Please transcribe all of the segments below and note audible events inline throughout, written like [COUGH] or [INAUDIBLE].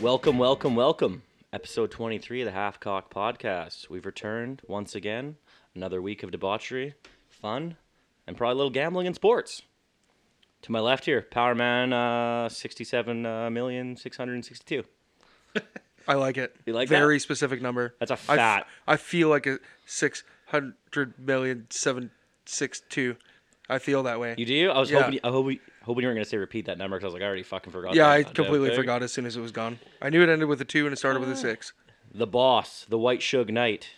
Welcome, welcome, welcome. Episode 23 of the Half Cock Podcast. We've returned once again. Another week of debauchery, fun, and probably a little gambling and sports. To my left here, Power Man uh, 67,662. I like it. You like that? Very specific number. That's a I f- fat. I feel like a six hundred million seven six two. I feel that way. you do? I was Yeah. hoping, I hope, hoping you weren't going to say repeat that number because I was like, I already fucking forgot. yeah, that I goddamn completely thing. forgot as soon as it was gone. I knew it ended with a two and it started with Oh, a six. The boss, the White Shug Knight.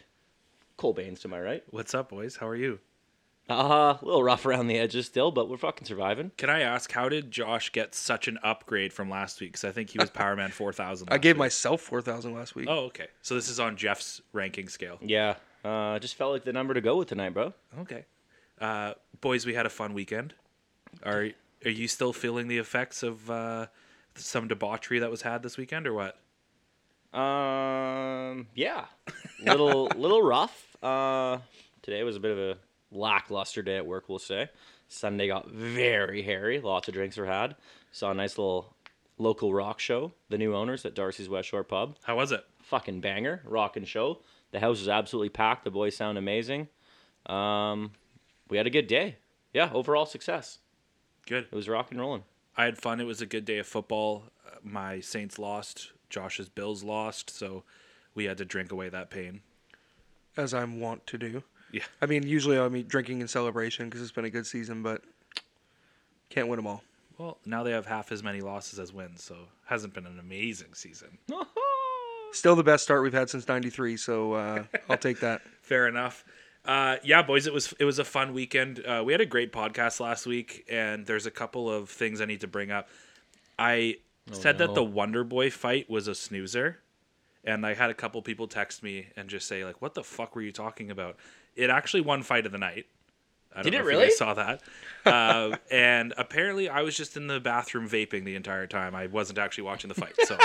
Cole Baines to my right. What's up, boys? How are you? Uh, a little rough around the edges still, but we're fucking surviving. Can I ask, how did Josh get such an upgrade from last week? Because I think he was Power Man [LAUGHS] 4000. I last gave week. myself four thousand last week. Oh, okay. So this is on Jeff's ranking scale. Yeah. Uh, just felt like the number to go with tonight, bro. Okay. Uh, boys, we had a fun weekend. Are Are you still feeling the effects of uh, some debauchery that was had this weekend, or what? Um, yeah, [LAUGHS] little little rough. Uh, today was a bit of a lackluster day at work, we'll say. Sunday got very hairy. Lots of drinks were had. Saw a nice little local rock show. The new owners at Darcy's West Shore Pub, How was it? fucking banger, rockin' show. The house is absolutely packed. The boys sound amazing. Um, we had a good day. Yeah, overall success. Good. It was rock and rolling. I had fun. It was a good day of football. Uh, my Saints lost. Josh's Bills lost. So we had to drink away that pain. As I'm wont to do. Yeah. I mean, usually I'm drinking in celebration because it's been a good season, but can't win them all. Well, now they have half as many losses as wins, so hasn't been an amazing season. Still the best start we've had since '93, so uh, I'll [LAUGHS] take that. Fair enough. Uh, yeah, boys, it was it was a fun weekend. Uh, we had a great podcast last week, and there's a couple of things I need to bring up. I said Oh, no. that the Wonder Boy fight was a snoozer, and I had a couple people text me and just say like, "What the fuck were you talking about?" It actually won fight of the night. I don't Did know it if you really? guys [LAUGHS] saw that. Uh, and apparently, I was just in the bathroom vaping the entire time. I wasn't actually watching the fight, [LAUGHS] so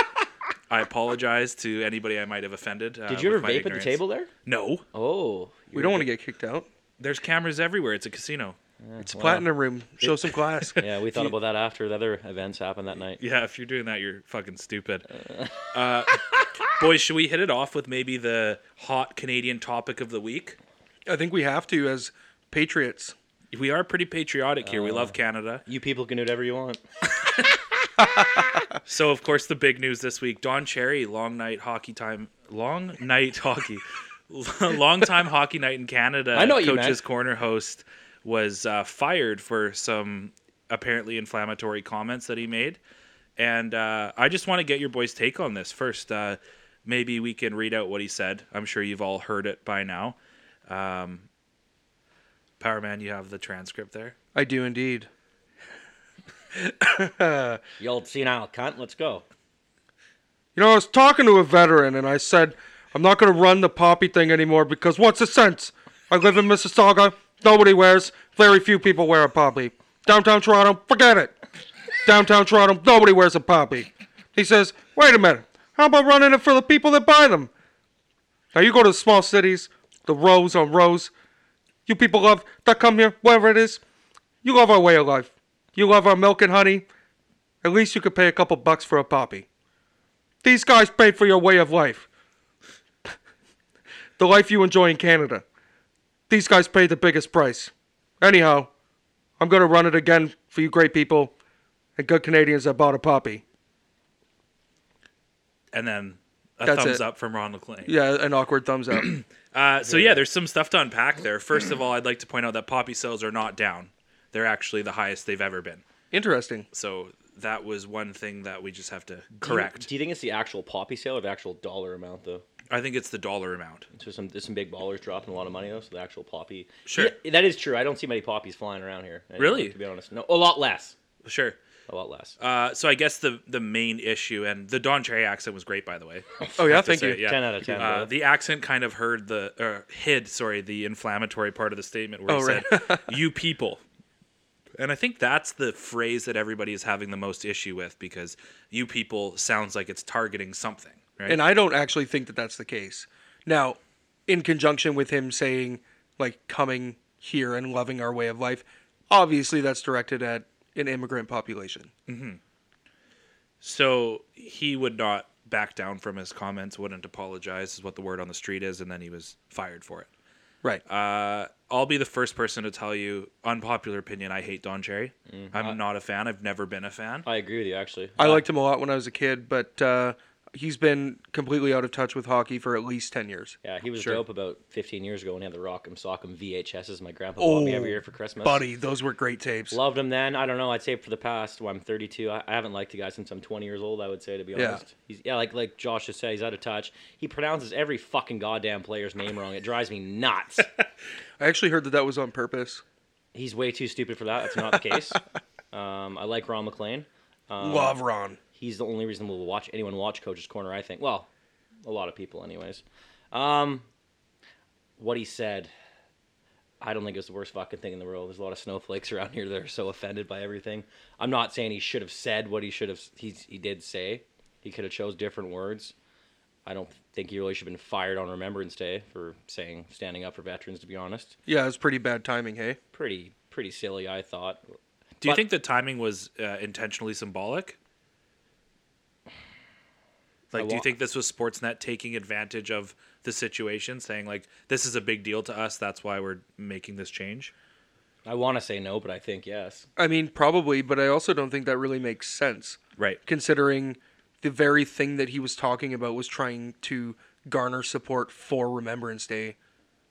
I apologize to anybody I might have offended. Uh, Did you with ever my vape at ignorance. the table there? No. [LAUGHS] Oh, We don't want to get kicked out. There's cameras everywhere. It's a casino. It's a platinum room. Show some class. [LAUGHS] Yeah, we thought about that after the other events happened that night. Yeah, if you're doing that, you're fucking stupid. Uh, boys, should we hit it off with maybe the hot Canadian topic of the week? I think we have to as patriots. We are pretty patriotic here. we love Canada. You people can do whatever you want. So, of course, the big news this week Don Cherry, long night hockey time, long night [LAUGHS] hockey, long time hockey night in Canada. I know what you Coach's meant. Corner host was uh, fired for some apparently inflammatory comments that he made. And uh, I just want to get your boys' take on this first. Uh, maybe we can read out what he said. I'm sure you've all heard it by now. Um, Power Man, you have the transcript there. I do indeed. You old senile cunt, let's go. You know, I was talking to a veteran and I said, I'm not going to run the poppy thing anymore because what's the sense? I live in Mississauga. Nobody wears, very few people wear a poppy. Downtown Toronto, forget it. Downtown Toronto, nobody wears a poppy. He says, wait a minute. How about running it for the people that buy them? Now, you go to the small cities, the rows on rows. You people love that come here, wherever it is. You love our way of life. You love our milk and honey. At least you could pay a couple bucks for a poppy. These guys paid for your way of life. the life you enjoy in Canada. These guys paid the biggest price. Anyhow, I'm going to run it again for you great people and good Canadians that bought a poppy. And then a That's thumbs it. up from Ron McLean. Yeah, an awkward thumbs [CLEARS THROAT] up. Uh, so yeah, there's some stuff to unpack there. First of all, I'd like to point out that poppy sales are not down; they're actually the highest they've ever been. Interesting. So that was one thing that we just have to Do you- correct. Do you, think it's the actual poppy sale or the actual dollar amount though? I think it's the dollar amount. So some there's some big ballers dropping a lot of money though, so the actual poppy. Sure. Yeah, that is true. I don't see many poppies flying around here. anymore, Really? To be honest, no, a lot less. Sure. A lot less. Uh, so I guess the the main issue and the Don Cherry accent was great, by [LAUGHS] the way. Oh, yeah, Have to thank say, you. yeah. 10 out of 10, Uh, bro. the accent kind of heard the or hid, sorry, the inflammatory part of the statement where he Oh, said, right. [LAUGHS] "You people." And I think that's the phrase that everybody is having the most issue with because "you people" sounds like it's targeting something, right? And I don't actually think that that's the case. Now, in conjunction with him saying, like, coming here and loving our way of life, obviously that's directed at an immigrant population. so he would not backed down from his comments, wouldn't apologize, is what the word on the street is, and then he was fired for it. Right. Uh, I'll be the first person to tell you, unpopular opinion, I hate Don Cherry. Mm-hmm. I'm not a fan. I've never been a fan. I agree with you actually. I liked him a lot when I was a kid, but uh, he's been completely out of touch with hockey for at least 10 years. Yeah, he was Sure. dope about 15 years ago when he had the Rock'em Sock'em VHSs. My grandpa Oh, bought me every year for Christmas. Oh, Buddy, those were great tapes. Loved him then. I don't know. I'd say for the past, well, I'm 32. I, I haven't liked the guy since I'm 20 years old. I would say to be Yeah. honest. He's yeah, like like Josh just said, he's out of touch. He pronounces every fucking goddamn player's name wrong. It drives me nuts. I actually heard that that was on purpose. he's way too stupid for that. That's not the case. Um, I like Ron McLean. Um, Love Ron. He's the only reason we'll watch anyone watch Coach's Corner. I think. Well, a lot of people, anyways. Um, what he said. I don't think it's the worst fucking thing in the world. There's a lot of snowflakes [LAUGHS] around here that are so offended by everything. I'm not saying he should have said what he should have. He he did say. He could have chose different words. I don't think he really should have been fired on Remembrance Day for saying standing up for veterans. To be honest, Yeah, it was pretty bad timing, hey? pretty pretty silly. I thought. Do you But- think the timing was uh, intentionally symbolic? Like, do you wa- think this was Sportsnet taking advantage of the situation, saying like, "This is a big deal to us. That's why we're making this change." I want to say no, but I think yes. I mean, probably, but I also don't think that really makes sense. Right. Considering the very thing that he was talking about was trying to garner support for Remembrance Day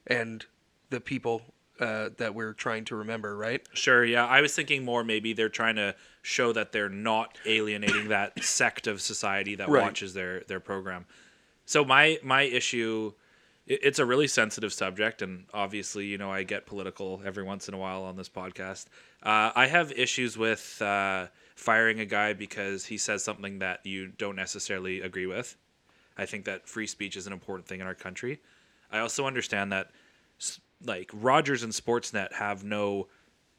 and the people uh, that we're trying to remember, right? Sure. Yeah, I was thinking more. Maybe they're trying to show that they're not alienating that sect of society that Right. watches their their program. So my my issue, i- it's a really sensitive subject, and obviously, you know, I get political every once in a while on this podcast. Uh, I have issues with uh, firing a guy because he says something that you don't necessarily agree with. I think that free speech is an important thing in our country. I also understand that, s- like Rogers and Sportsnet have no,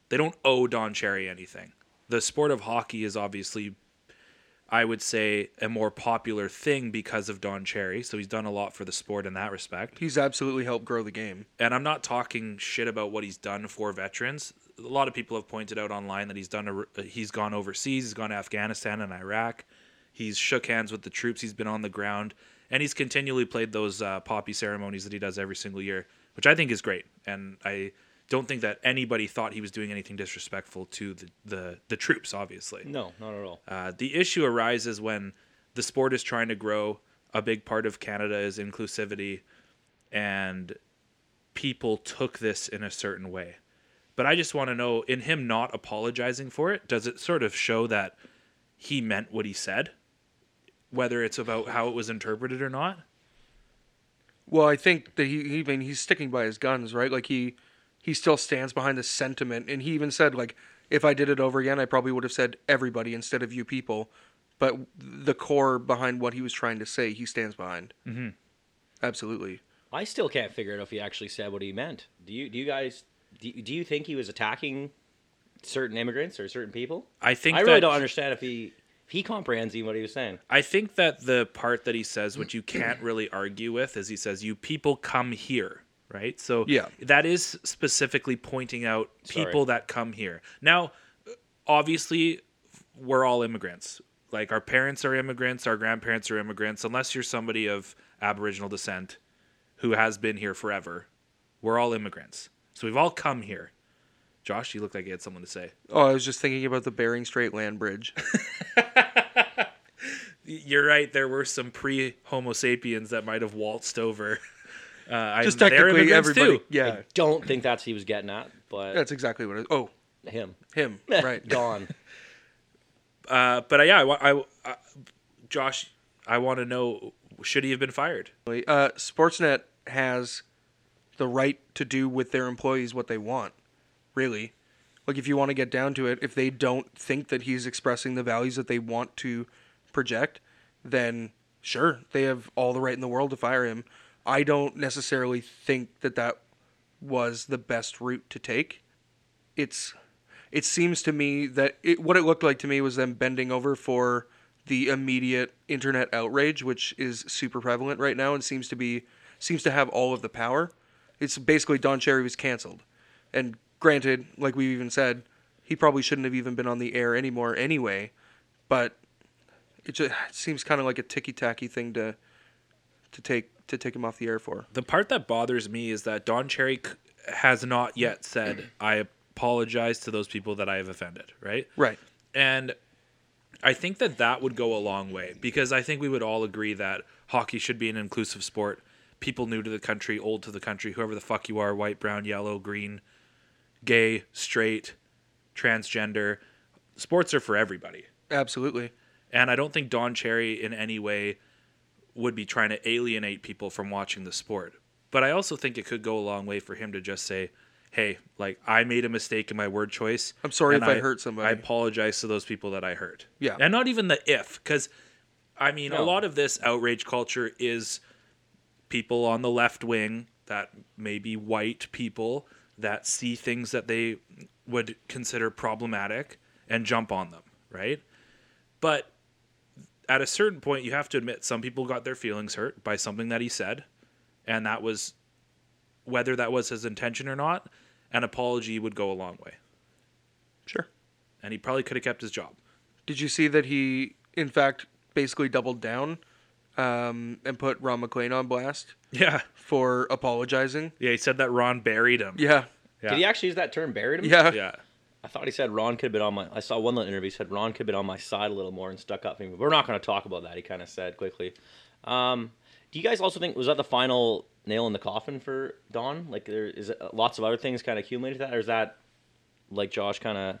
they don't owe Don Cherry anything. The sport of hockey is obviously, I would say, a more popular thing because of Don Cherry. So he's done a lot for the sport in that respect He's absolutely helped grow the game. and I'm not talking shit about what he's done for veterans. A lot of people have pointed out online that he's done a, uh, he's gone overseas, he's gone to Afghanistan and Iraq. He's shook hands with the troops, he's been on the ground, and he's continually played those uh, poppy ceremonies that he does every single year, which I think is great. And I don't think that anybody thought he was doing anything disrespectful to the the, the troops, obviously. No, not at all. Uh, the issue arises when the sport is trying to grow. A big part of Canada is inclusivity, and people took this in a certain way. But I just want to know in him not apologizing for it, does it sort of show that he meant what he said? Whether it's about how it was interpreted or not? Well, I think that he, he I mean, he's sticking by his guns, right? Like he he still stands behind the sentiment and he even said like if I did it over again, I probably would have said everybody instead of you people. But the core behind what he was trying to say, he stands behind. Mm-hmm. Absolutely. I still can't figure out if he actually said what he meant. Do you? Do you guys? Do you, do you think he was attacking certain immigrants or certain people? I think I really that- don't understand if he if he comprehends even what he was saying. I think that the part that he says, which you can't really argue with, is he says, "You people come here." Right, so Yeah. that is specifically pointing out Sorry. people that come here. Now, obviously, we're all immigrants. Like our parents are immigrants, our grandparents are immigrants. Unless you're somebody of Aboriginal descent, who has been here forever, we're all immigrants. So we've all come here. Josh, you look like you had something to say. Oh, I was just thinking about the Bering Strait land [LAUGHS] bridge. You're right. There were some pre Homo sapiens that might have waltzed over. [LAUGHS] Uh, just and they're technically immigrants everybody. too. Yeah. I don't think that's what he was getting at, but That's exactly what it Oh, him. [LAUGHS] him. Right. [LAUGHS] Gone. Uh, but uh, yeah, I, wa- I, I- Josh, I want to know: should he have been fired? Uh, Sportsnet has the right to do with their employees what they want, really. Like, if you want to get down to it, if they don't think that he's expressing the values that they want to project, then sure, they have all the right in the world to fire him. I don't necessarily think that that was the best route to take. It's it seems to me that it, what it looked like to me was them bending over for the immediate internet outrage, which is super prevalent right now and seems to be seems to have all of the power. It's basically Don Cherry was canceled, and granted, like we even said, he probably shouldn't have even been on the air anymore anyway. But it just it seems kind of like a ticky tacky thing to to take to take him off the air for. The part that bothers me is that Don Cherry c- has not yet said, I apologize to those people that I have offended, right? Right. And I think that that would go a long way because I think we would all agree that hockey should be an inclusive sport. People new to the country, old to the country, whoever the fuck you are white, brown, yellow, green, gay, straight, transgender. Sports are for everybody. Absolutely. And I don't think Don Cherry in any way would be trying to alienate people from watching the sport. But I also think it could go a long way for him to just say, "Hey, like I made a mistake in my word choice. I'm sorry and if I hurt somebody." I apologize to those people that I hurt." Yeah. and not even the if, because I mean, a No. lot of this outrage culture is people on the left wing that may be white people that see things that they would consider problematic and jump on them, right? But at a certain point, you have to admit some people got their feelings hurt by something that he said, and that was whether that was his intention or not. An apology would go a long way, Sure. and he probably could have kept his job. Did you see that he, in fact, basically doubled down um, and put Ron McLean on blast Yeah, for apologizing? yeah. He said that Ron buried him. Yeah. Did he actually use that term buried him? Yeah. yeah. I thought he said Ron could have been on my. I saw one little interview said Ron could have been on my side a little more and stuck up for me. But we're not going to talk about that. He kind of said quickly. Um, do you guys also think was that the final nail in the coffin for Don? Like there is lots of other things kind of accumulated to that, or is that like Josh kind of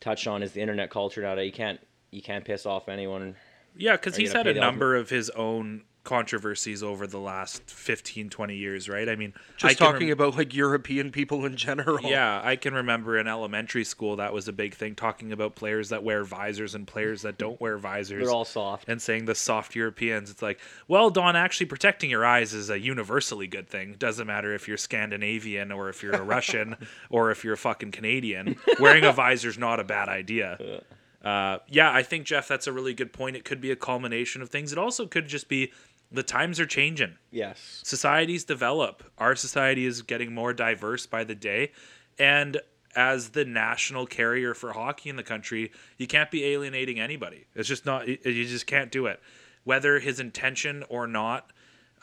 touched on is the internet culture now that you can't you can't piss off anyone. Yeah, because Are you he's gonna had pay a the ultimate- number of his own controversies over the last 15, 20 years, right? I mean, Just I can talking rem- about like European people in general. Yeah, I can remember in elementary school that was a big thing, talking about players that wear visors and players that don't wear visors. They're all soft. and saying the soft Europeans. It's like, well, Don, actually protecting your eyes is a universally good thing. Doesn't matter if you're Scandinavian or if you're a Russian or if you're a fucking Canadian. Wearing a visor's not a bad idea. Uh, yeah, I think Jeff, that's a really good point. It could be a culmination of things. It also could just be the times are changing Yes. societies develop. Our society is getting more diverse by the day. And as the national carrier for hockey in the country, you can't be alienating anybody. It's just not, you you just can't do it. Whether his intention or not,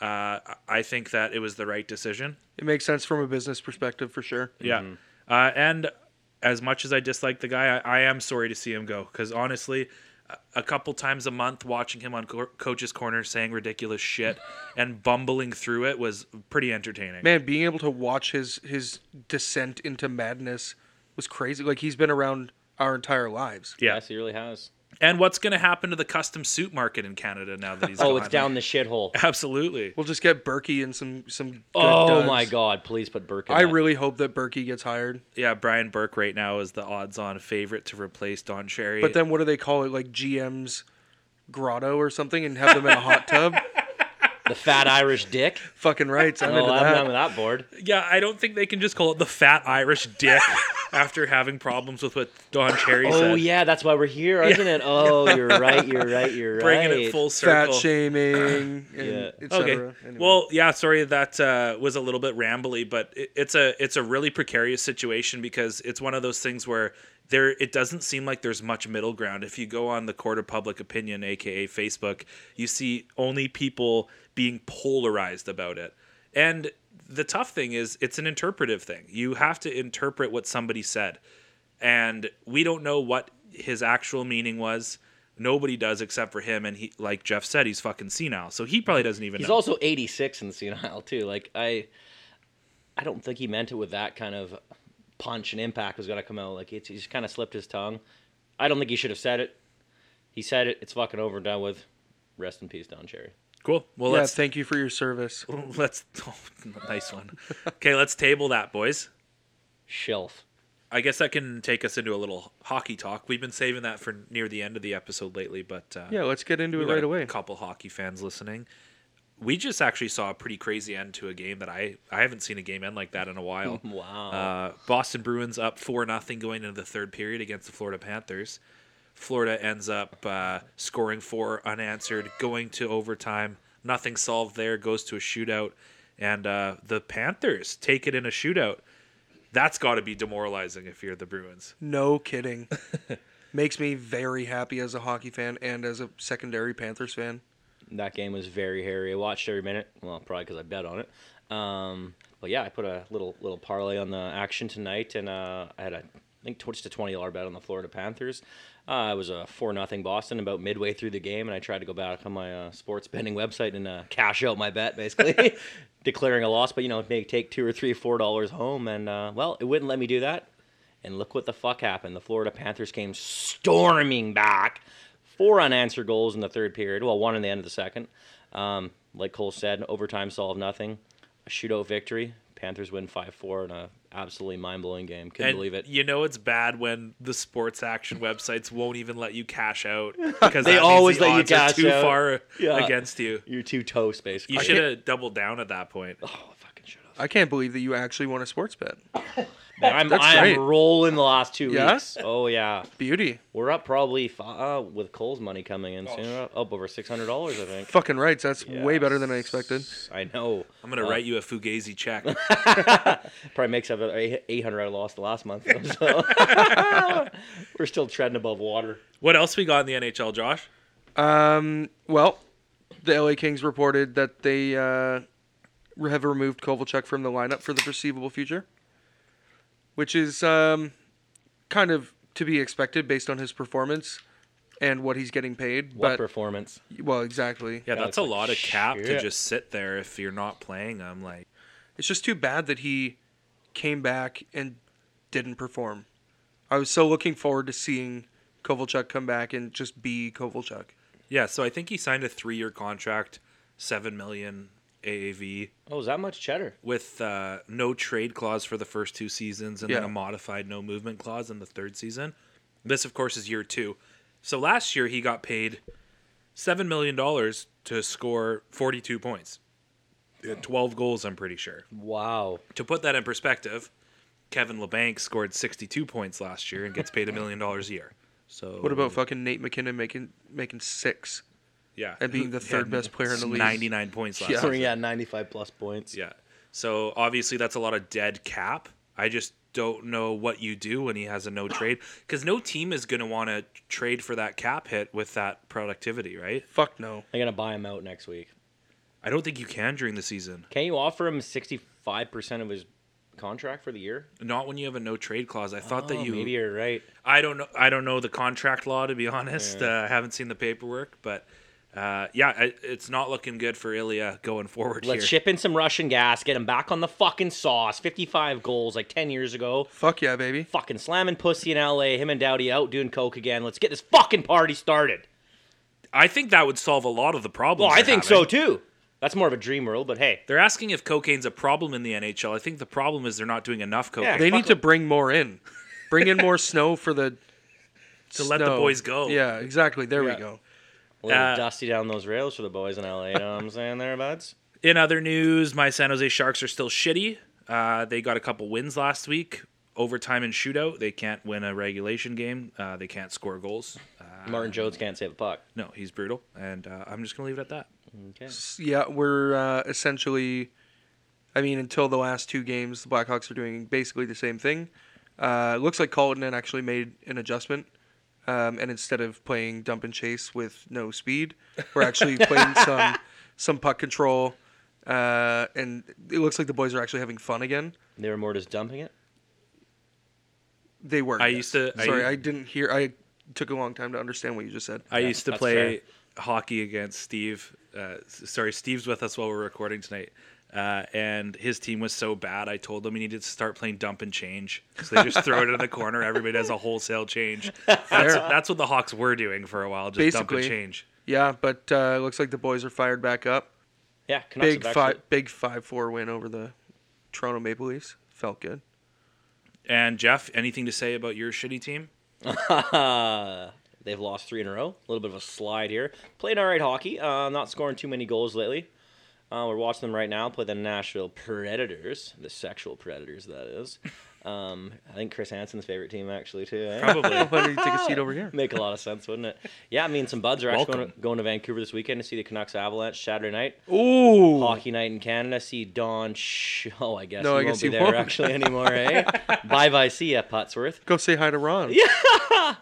uh, I think that it was the right decision. It makes sense from a business perspective for sure. Yeah. Uh, and as much as I dislike the guy, I, I am sorry to see him go because honestly, a- a couple times a month watching him on co- Coach's Corner saying ridiculous shit and bumbling through it was pretty entertaining. Man, being able to watch his his descent into madness was crazy. Like he's been around our entire lives. Yeah. Yes, he really has. And what's going to happen to the custom suit market in Canada now that he's Oh, gone? it's down the shithole. [LAUGHS] Absolutely. We'll just get Berkey and some some. Good Oh duds. my God! Please put Burke. In I that. really hope that Berkey gets hired. Yeah, Brian Burke right now is the odds-on favorite to replace Don Cherry. But then what do they call it? Like GM's grotto or something, and have them in a hot [LAUGHS] tub. the fat Irish dick. Fucking right. I'm Oh, into I'm that. down with that board. yeah, I don't think they can just call it the fat Irish dick [LAUGHS] after having problems with what Don Cherry said. Oh yeah, that's why we're here, isn't it? [LAUGHS] Oh, you're right, you're right, you're right. Bringing it full circle. Fat [COUGHS] shaming. and Yeah. et Okay. cetera. Anyway. Well, yeah. Sorry that uh, was a little bit rambly, but it, it's a it's a really precarious situation because it's one of those things where there it doesn't seem like there's much middle ground. If you go on the court of public opinion, aka Facebook, you see only people being polarized about it. And the tough thing is, it's an interpretive thing. You have to interpret what somebody said and we don't know what his actual meaning was. Nobody does except for him, and he, like Jeff said, he's fucking senile, so he probably doesn't even He's know. also 86 and senile too. Like I, I don't think he meant it with that kind of punch and impact was gonna come out. Like it's, he's kind of slipped his tongue. I don't think he should have said it. He said it. It's fucking over and done with. Rest in peace, Don Cherry. cool. Well, yeah. let's Thank you for your service. [LAUGHS] let's nice one. Okay, let's table that, boys. Shelf. I guess that can take us into a little hockey talk. We've been saving that for near the end of the episode lately, but uh, Yeah. Let's get into we it got right a away. couple hockey fans listening. We just actually saw a pretty crazy end to a game that I I haven't seen a game end like that in [LAUGHS] a while. Wow. Uh, Boston Bruins up four nothing going into the third period against the Florida Panthers. Florida ends up uh, scoring four unanswered, going to overtime. Nothing solved there. Goes to a shootout, and uh, the Panthers take it in [LAUGHS] a shootout. That's got to be demoralizing if you're the Bruins. No kidding. makes me very happy as a hockey fan and as a secondary Panthers fan. That game was very hairy. I watched every minute. Well, probably because I bet on it. Um, but yeah, I put a little little parlay on the action tonight, and uh, I had a I think twitched a twenty dollar bet on the Florida Panthers. Uh, it was a four nothing Boston about midway through the game, and I tried to go back on my uh, sports betting website and uh, cash out my bet, basically [LAUGHS] declaring a loss. But you know, may take two or three, four dollars home, and uh, well, it wouldn't let me do that. And look what the fuck happened. The Florida Panthers came storming back. Four unanswered goals in the third period. Well, one in the end of the second. Um, like Cole said, overtime solved nothing. A shootout victory. Panthers win 5 4 in a absolutely mind blowing game. Couldn't And believe it. You know it's bad when the sports action websites won't even let you cash [LAUGHS] out because They that means always the let you odds are cash too out. far Yeah. against you. You're too toast, basically. You should have doubled down at that point. Oh, I fucking should have. I can't believe that you actually won a sports bet. I'm, [LAUGHS] that's great. I'm rolling the last two Yeah? weeks. Oh, yeah. Beauty. We're up probably fi- uh, with Cole's money coming in soon. We're Up over $600, I think. Fucking rights. That's way better than I expected. I know. I'm gonna write you a fugazi check. [LAUGHS] Probably makes up about eight- 800 I lost last month. [LAUGHS] though, [LAUGHS] so. We're still treading above water. what else we got in the NHL, Josh? Um, well, the LA Kings reported that they uh, have removed Kovalchuk from the lineup for the foreseeable future, which is um, kind of to be expected based on his performance and what he's getting paid. What But performance? well, exactly. Yeah, that's it's a like, lot of cap to shit. just sit there if you're not playing them. Like, It's just too bad that he came back and didn't perform. I was so looking forward to seeing Kovalchuk come back and just be Kovalchuk. yeah. So I think he signed a three-year contract, seven million AAV Oh, is that much cheddar? with uh, no trade clause for the first two seasons, and then Yeah. a modified no movement clause in the third season. This, of course, is year two. So last year he got paid seven million dollars to score forty-two points, He had twelve goals. I'm pretty sure. Wow. To put that in perspective, Kevin LeBanc scored 62 points last year and gets paid [LAUGHS] a million dollars a year. So What about fucking Nate McKinnon making making six? yeah, and being the He third had best player in the league? 99 points last Yeah. year. Throwing out 95 plus points. Yeah. So obviously that's a lot of dead cap. I just don't know what you do when he has a no trade because no team is going to want to trade for that cap hit with that productivity, right? Fuck no. They're going to buy him out next week. I don't think you can during the season. Can you offer him 65% of his contract for the year? Not when you have a no trade clause. I thought that Oh, you. Maybe you're right. I don't know. I don't know the contract law to be [LAUGHS] honest. Uh, I haven't seen the paperwork, but uh, yeah, I, it's not looking good for Ilya going forward Let's here. ship in some Russian gas, get him back on the fucking sauce. 55 goals like 10 years ago. Fuck yeah, baby. Fucking slamming pussy in LA. Him and Dowdy out doing coke again. Let's get this fucking party started. I think that would solve a lot of the problems. Well, I they're think having. so too. That's more of a dream world, but hey. They're asking if cocaine's a problem in the NHL. I think the problem is they're not doing enough cocaine. They Fuck need to bring more in. Bring in more [LAUGHS] snow for the To let the boys go. Yeah, exactly. There Yeah. we go. A little Uh, dusty down those rails for the boys in LA. You know what I'm saying there, buds? In other news, my San Jose Sharks are still shitty. Uh, they got a couple wins last week, overtime and shootout. They can't win a regulation game. Uh, they can't score goals. Uh, Martin Jones can't save a puck. no, he's brutal, and uh, I'm just gonna leave it at that. Okay. S- Yeah, we're uh, essentially. I mean, until the last two games, the Blackhawks are doing basically the same thing. Uh, it looks like Colton actually made an adjustment, um, and instead of playing dump and chase with no speed, we're [LAUGHS] actually playing some some puck control, uh, and it looks like the boys are actually having fun again. They were more just dumping it. They were. I yes. used to- I Sorry, u- Uh. I, didn't hear. I took a long time to understand what you just said. I used to that's play hockey against Steve. Uh, s- sorry, Steve's with us while we're recording tonight. Uh, and his team was so bad, I told him he needed to start playing dump and change. So they just throw it in the corner. Everybody does a [LAUGHS] wholesale change. That's, that's what the Hawks were doing for a while, just dump and Basically. change. Yeah, but uh, it looks like the boys are fired back up. Yeah, Canucks Big have five, big five four win over the Toronto Maple Leafs. Felt good. And Jeff, anything to say about your shitty team? Uh, they've lost three in a row. A little bit of a slide here. Played all right hockey. Uh, not scoring too many goals lately. Uh, we're watching them right now play the Nashville Predators, the sexual Predators, that [LAUGHS] is. Um, I think Chris Hansen's favorite team, actually, too. eh? [LAUGHS] Probably. Why don't you take a seat over here? [LAUGHS] Make a lot of sense, wouldn't it? Yeah, I mean, some buds are actually going to, Welcome. going to Vancouver this weekend to see the Canucks Avalanche Saturday night. Ooh, Hockey night in Canada. See Don. Sh- [LAUGHS] oh, I guess No, he I guess won't be he there won't. [LAUGHS] actually anymore. Eh? Bye bye. See ya, Potsworth. go say hi to Ron. Yeah.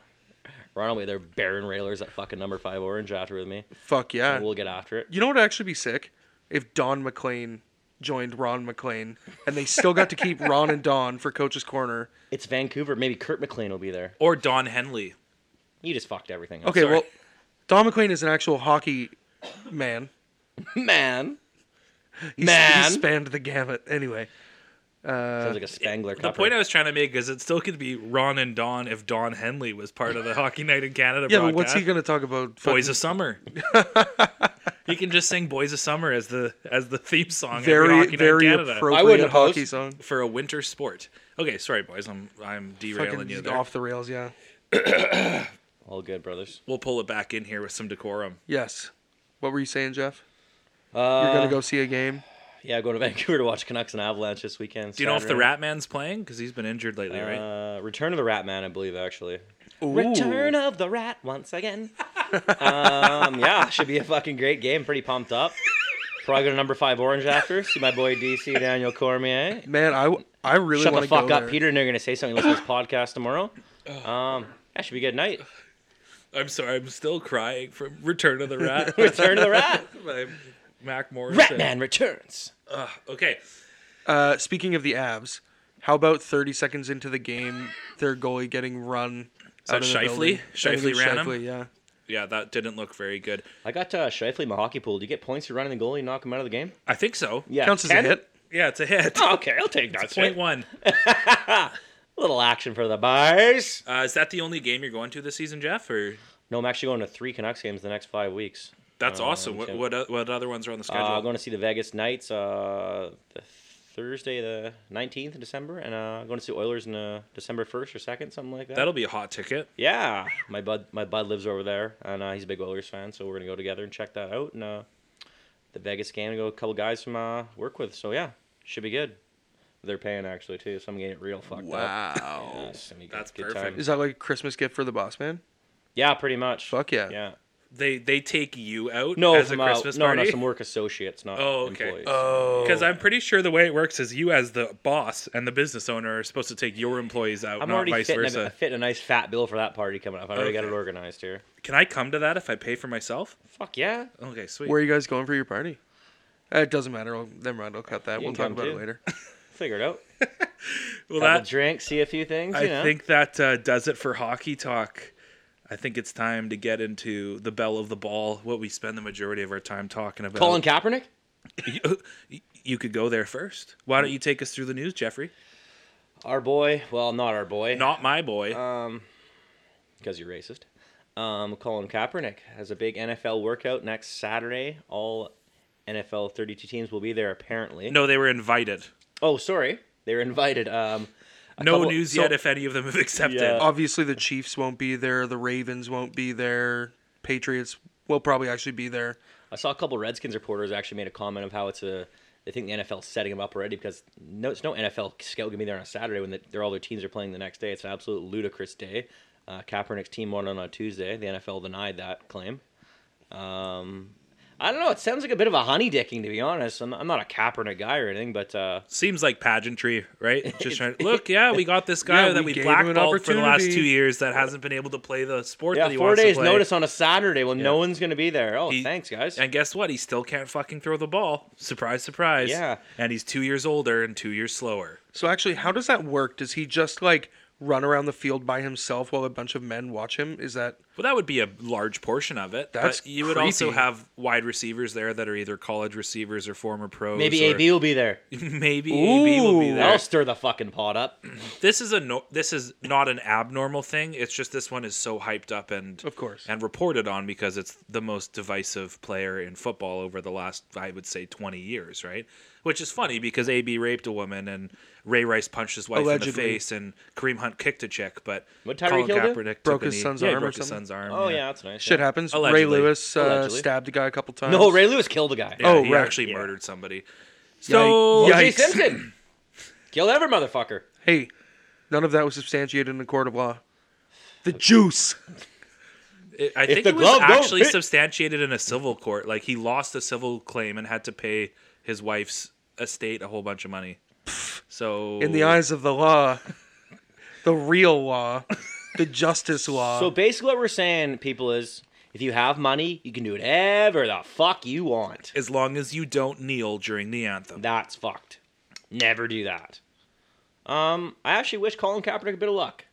Ronald Way, they're Baron Railers at fucking number five orange after with me. Fuck yeah. Uh, We'll get after it. You know what would actually be sick? If Don McLean joined Ron McLean and they still got to [LAUGHS] keep Ron and Don for Coach's Corner. It's Vancouver. Maybe Kurt McLean will be there. Or Don Henley. You just fucked everything. up. Okay, Sorry. well, Don McLean is an actual hockey man. man, He's, Man. He spanned the gamut. Anyway, sounds like a Spangler Uh, The cup. point I was trying to make is it still could be Ron and Don if Don Henley was part of the Hockey Night in Canada yeah, broadcast. but what's he going to talk about? Boys of Summer. [LAUGHS] he can just sing Boys of Summer as the as the theme song every very, Hockey very Night in Canada I appropriate wouldn't hockey oppose. song. for a winter sport. Okay, sorry boys, I'm I'm derailing you Fucking there. off the rails, yeah. All good, brothers. We'll pull it back in here with some decorum. Yes. What were you saying, Jeff? Uh, You're going to go see a game? Yeah, going to [LAUGHS] Vancouver to watch Canucks and Avalanche this weekend. Do you know if the Saturday. Rat Man's playing? Because he's been injured lately, right? Uh, Return of the Rat Man, I believe, actually. Ooh. Return of the Rat once again. um, yeah, should be a fucking great game. Pretty pumped up. Probably go to number five orange after. See my boy DC Daniel Cormier. Man, I, I really Shut want the to fuck go up, there. Peter, and they're gonna say something. Listen to this podcast tomorrow. Um, that should be a good night. I'm sorry, I'm still crying from Return of [LAUGHS] the Rat. Return of the [LAUGHS] Rat. by Mac Morris. Rat Man returns. Okay. Uh, speaking of the abs, how about 30 seconds into the game, their goalie getting run that out of the Shifley? building? Shifley I think it was ran him? Shifley, yeah. Yeah, that didn't look very good. I got uh, Shifley in my hockey pool. Do you get points for running the goalie and knock him out of the game? I think so. Yeah, Counts as a 10? hit. Yeah, it's a hit. Oh, okay, I'll take that. Point shit. one. Little action for the bars. Uh, is that the only game you're going to this season, Jeff? Or No, I'm actually going to three Canucks games the next five weeks. that's awesome. okay. What, what o- what other ones are on the schedule? Oh, Uh, I'm going to see the Vegas Knights uh, the Thursday the 19th of December, and uh, I'm going to see Oilers in uh, December 1st or 2nd, something like that. That'll be a hot ticket. yeah, my bud, my bud lives over there, and uh, he's a big Oilers fan, so we're gonna go together and check that out. And uh, the Vegas game, go a couple guys from uh, work with, so yeah, should be good. They're paying actually too, so I'm getting it real fucked up. Wow. Yeah, it's gonna be good- That's good perfect. time. Is that like a Christmas gift for the boss man? Yeah, pretty much. Fuck yeah. Yeah. They they take you out No, as a from, uh, Christmas no, no, party. some work associates, not Oh, okay. employees. Oh. because I'm pretty sure the way it works is you, as the boss and the business owner, are supposed to take your employees out, I'm not already vice fitting versa. a, fitting a nice fat bill for that party coming up. I already got it Okay. organized here. Can I come to that if I pay for myself? Fuck yeah. Okay, sweet. Where are you guys going for your party? Uh, it doesn't matter. I'll, never mind. I'll cut that. You We'll can talk come about it too. later. Figure it out. well, Have a that drink, see a few things. I you know. think that uh, does it for hockey talk. I think it's time to get into the bell of the ball. What we spend the majority of our time talking about. Colin Kaepernick? [LAUGHS] you, you could go there first. Why don't you take us through the news, Jeffrey? Our boy. Well, not our boy. Not my boy. Uh, because you're racist. Um, Colin Kaepernick has a big NFL workout next Saturday. All NFL 32 teams will be there apparently. no, they were invited. Oh, sorry, they were invited. Um, a No couple- news so- yet if any of them have accepted. Yeah. Obviously, the Chiefs won't be there. The Ravens won't be there. Patriots will probably actually be there. I saw a couple Redskins reporters actually made a comment of how it's a they think the NFL's setting them up already because no, it's no NFL scout gonna be there on a Saturday when the, they're all their teams are playing the next day. It's an absolute ludicrous day. Uh, Kaepernick's team won on a Tuesday. The NFL denied that claim. Um, I don't know. It sounds like a bit of a honey dicking to be honest. I'm, I'm not a Kaepernick guy or anything, but uh, Seems like pageantry, [LAUGHS] right? Just trying to look. Yeah, we got this guy Yeah, that we we gave him an blackballed for the last two opportunity. years that hasn't been able to play the sport yeah, that he four wants days to play. notice on a Saturday when no Yeah. one's gonna be there. Oh, He- thanks guys. And guess what? He still can't fucking throw the ball. Surprise, surprise. Yeah. And he's two years older and two years slower. So, actually, how does that work? Does he just like run around the field by himself while a bunch of men watch him? Is that Well, that would be a large portion of it. That's but you would also creepy. have wide receivers there that are either college receivers or former pros. Maybe or- AB will be there. [LAUGHS] Maybe AB will be Ooh. there. That'll stir the fucking pot up. This is a no, this is not an abnormal thing. It's just this one is so hyped up and Of course. and reported on because it's the most divisive player in football over the last I would say 20 years, right? Which is funny because AB raped a woman and Ray Rice punched his wife in the Allegedly. face and Kareem Hunt kicked a chick, but What Tyreek Hill do? took Broke a his knee. son's Yeah, he arm or broke his something? son's arm. Oh yeah, that's nice. shit yeah. happens? Allegedly. Ray Lewis uh, Allegedly. stabbed a guy a couple times. No, Ray Lewis killed the guy. Yeah, Oh, he right. actually Yeah. murdered somebody. So- So Yeah. OJ Yikes. Simpson. Kill every motherfucker. Hey, none of that was substantiated in a court of law. The juice. It- I think the it was glove don't actually fit- substantiated in a civil court. Like he lost a civil claim and had to pay his wife's estate a whole bunch of money. [LAUGHS] So In the eyes of the law, the real law, the justice law. Uh, So basically, what we're saying, people, is if you have money, you can do whatever the fuck you want. As long as you don't kneel during the anthem. That's fucked. Never do that. Um, I actually wish Colin Kaepernick a bit of luck.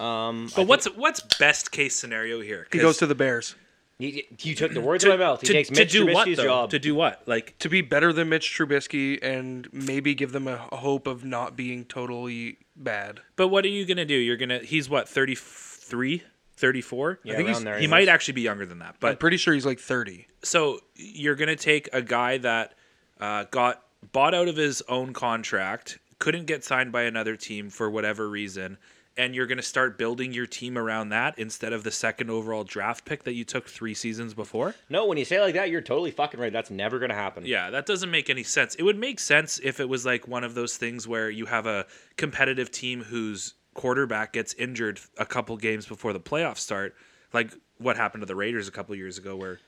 Um, But what's what's best case scenario here? he goes to the Bears you, you took the words out of my mouth. He takes Mitch do what, Trubisky's though? job. To do what? Like to be better than Mitch Trubisky and maybe give them a, a hope of not being totally bad. But what are you going to do? You're going to he's what 33, 34? Yeah, I think around he's- there he he might is. actually be younger than that. I'm But pretty sure he's like 30. so you're going to take a guy that uh, got bought out of his own contract, couldn't get signed by another team for whatever reason, and you're going to start building your team around that instead of the second overall draft pick that you took 3 seasons before? no, when you say it like that, you're totally fucking right. That's never gonna happen. Yeah, that doesn't make any sense. It would make sense if it was like one of those things where you have a competitive team whose quarterback gets injured a couple games before the playoffs start, like what happened to the Raiders a couple years ago where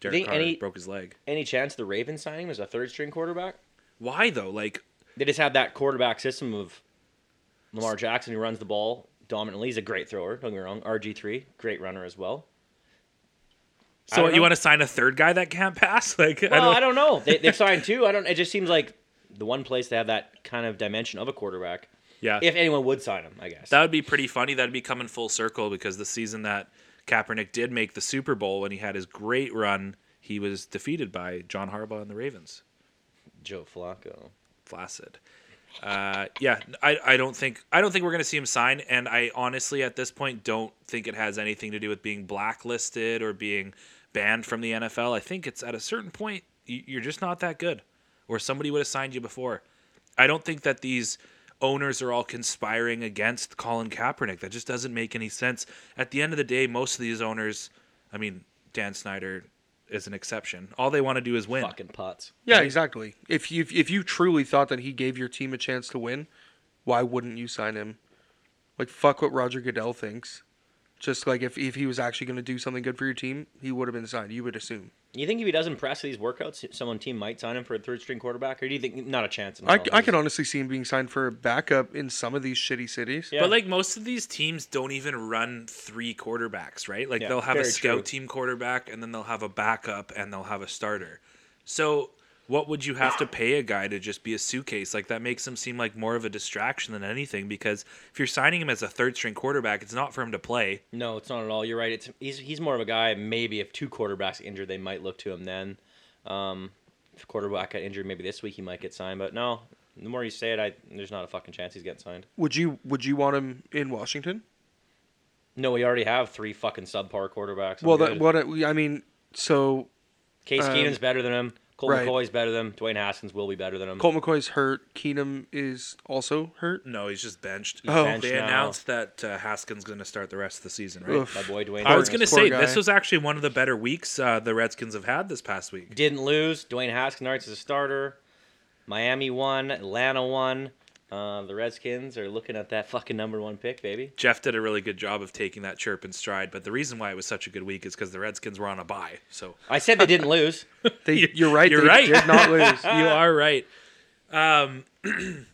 Derek think Carr any- broke his leg. Any chance the Ravens signing was a third string quarterback? Why though? Like They just have that quarterback system of Lamar Jackson who runs the ball dominantly. He's a great thrower. Don't get me wrong. RG three, great runner as well. I so don't what, know. you want to sign a third guy that can't [LAUGHS] pass? Like I Well, don't, I don't know. They, [LAUGHS] they've signed two. I don't. It just seems like the one place they have that kind of dimension of a quarterback. yeah. If anyone would sign him, I guess. That would be pretty funny. That'd be coming full circle because the season that Kaepernick did make the Super Bowl when he had his great run, he was defeated by John Harbaugh and the Ravens. Joe Flacco. flaccid. Uh, yeah, I, I don't think I don't think we're gonna see him sign, and I honestly at this point don't think it has anything to do with being blacklisted or being banned from the NFL. I think it's at a certain point y- you're just not that good, or somebody would have signed you before. I don't think that these owners are all conspiring against Colin Kaepernick. That just doesn't make any sense. At the end of the day, most of these owners, I mean Dan Snyder is an exception. All they want to do is win. Fucking putts. Yeah, exactly. If you if you truly thought that he gave your team a chance to win, why wouldn't you sign him? Like fuck what Roger Goodell thinks. Just like if, if he was actually going to do something good for your team, he would have been signed. You would assume. You think if he does impress these workouts, someone team might sign him for a third string quarterback, or do you think not a chance? in I, hell? I can honestly see him being signed for a backup in some of these shitty cities. Yeah. But like most of these teams don't even run three quarterbacks, right? Like Yeah, they'll have a very scout true. team quarterback and then they'll have a backup and they'll have a starter. So what would you have to pay a guy to just be a suitcase? Like that makes him seem like more of a distraction than anything because if you're signing him as a third string quarterback, it's not for him to play. No, it's not at all. You're right. It's he's he's more of a guy. Maybe if two quarterbacks injured, they might look to him then. Um, if a quarterback got injured, maybe this week he might get signed. But no, the more you say it, I there's not a fucking chance he's getting signed. Would you would you want him in Washington? No, we already have three fucking subpar quarterbacks. I'm well, that good. what I I mean. So Case um, Keenum's better than him. Cole right. McCoy's better than him. Dwayne Haskins will be better than him. Colt McCoy's hurt. Keenum is also hurt. No, he's just benched. Oh. benched They now. announced that uh, Haskins going to start the rest of the season, right? Oof. My boy Dwayne. I Haskins. was going to Poor say guy. this was actually one of the better weeks uh, the Redskins have had this past week. didn't lose. Dwayne Haskins is a starter. Miami won. Atlanta won. Uh, the Redskins are looking at that fucking number one pick, baby. Jeff did a really good job of taking that chirp in stride, but the reason why it was such a good week is because the Redskins were on a bye. So I said they didn't lose. [LAUGHS] They, you're right. you're they right. Did not lose. [LAUGHS] you are right.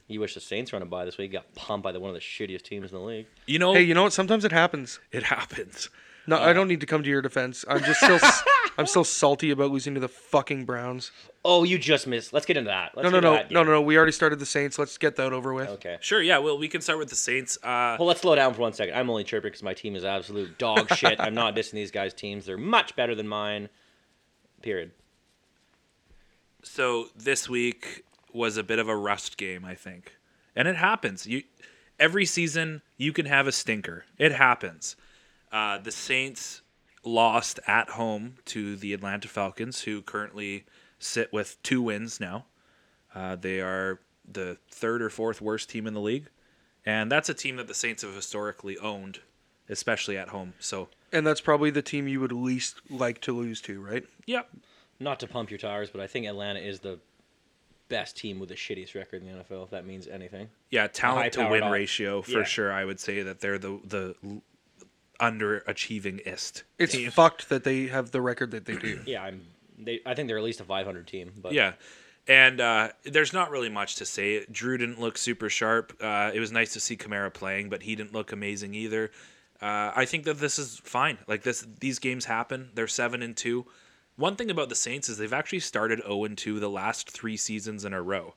You wish the Saints were on a bye this week. Got pumped by the, one of the shittiest teams in the league. You know, hey, you know what? Sometimes it happens. [LAUGHS] it happens. No, I don't need to come to your defense. I'm just still, s- [LAUGHS] I'm still salty about losing to the fucking Browns. Oh, you just missed. Let's get into that. Let's no, no, get into no, that no, game. no, no. We already started the Saints. Let's get that over with. Okay. Sure, yeah. Well, we can start with the Saints. Uh, Well, let's slow down for one second. I'm only chirping because my team is absolute dog [LAUGHS] shit. I'm not dissing these guys' teams. They're much better than mine. Period. so this week was a bit of a rust game, I think, and it happens. You every season you can have a stinker. It happens. Uh, the Saints lost at home to the Atlanta Falcons, who currently sit with two wins now. Uh, they are the third or fourth worst team in the league, and that's a team that the Saints have historically owned, especially at home. So, And that's probably the team you would least like to lose to, right? yep. Not to pump your tires, but I think Atlanta is the best team with the shittiest record in the NFL. If that means anything. Yeah, talent to high-powered win op- ratio for Yeah. sure. I would say that they're the the l- underachieving ist. It's fucked that they have the record that they do. Yeah, I'm. They, I think they're at least a 500 team. But Yeah, And uh, there's not really much to say. Drew didn't look super sharp. Uh, it was nice to see Kamara playing, but he didn't look amazing either. Uh, I think that this is fine. Like this, these games happen. They're seven and two. One thing about the Saints is they've actually started zero and two the last three seasons in a row.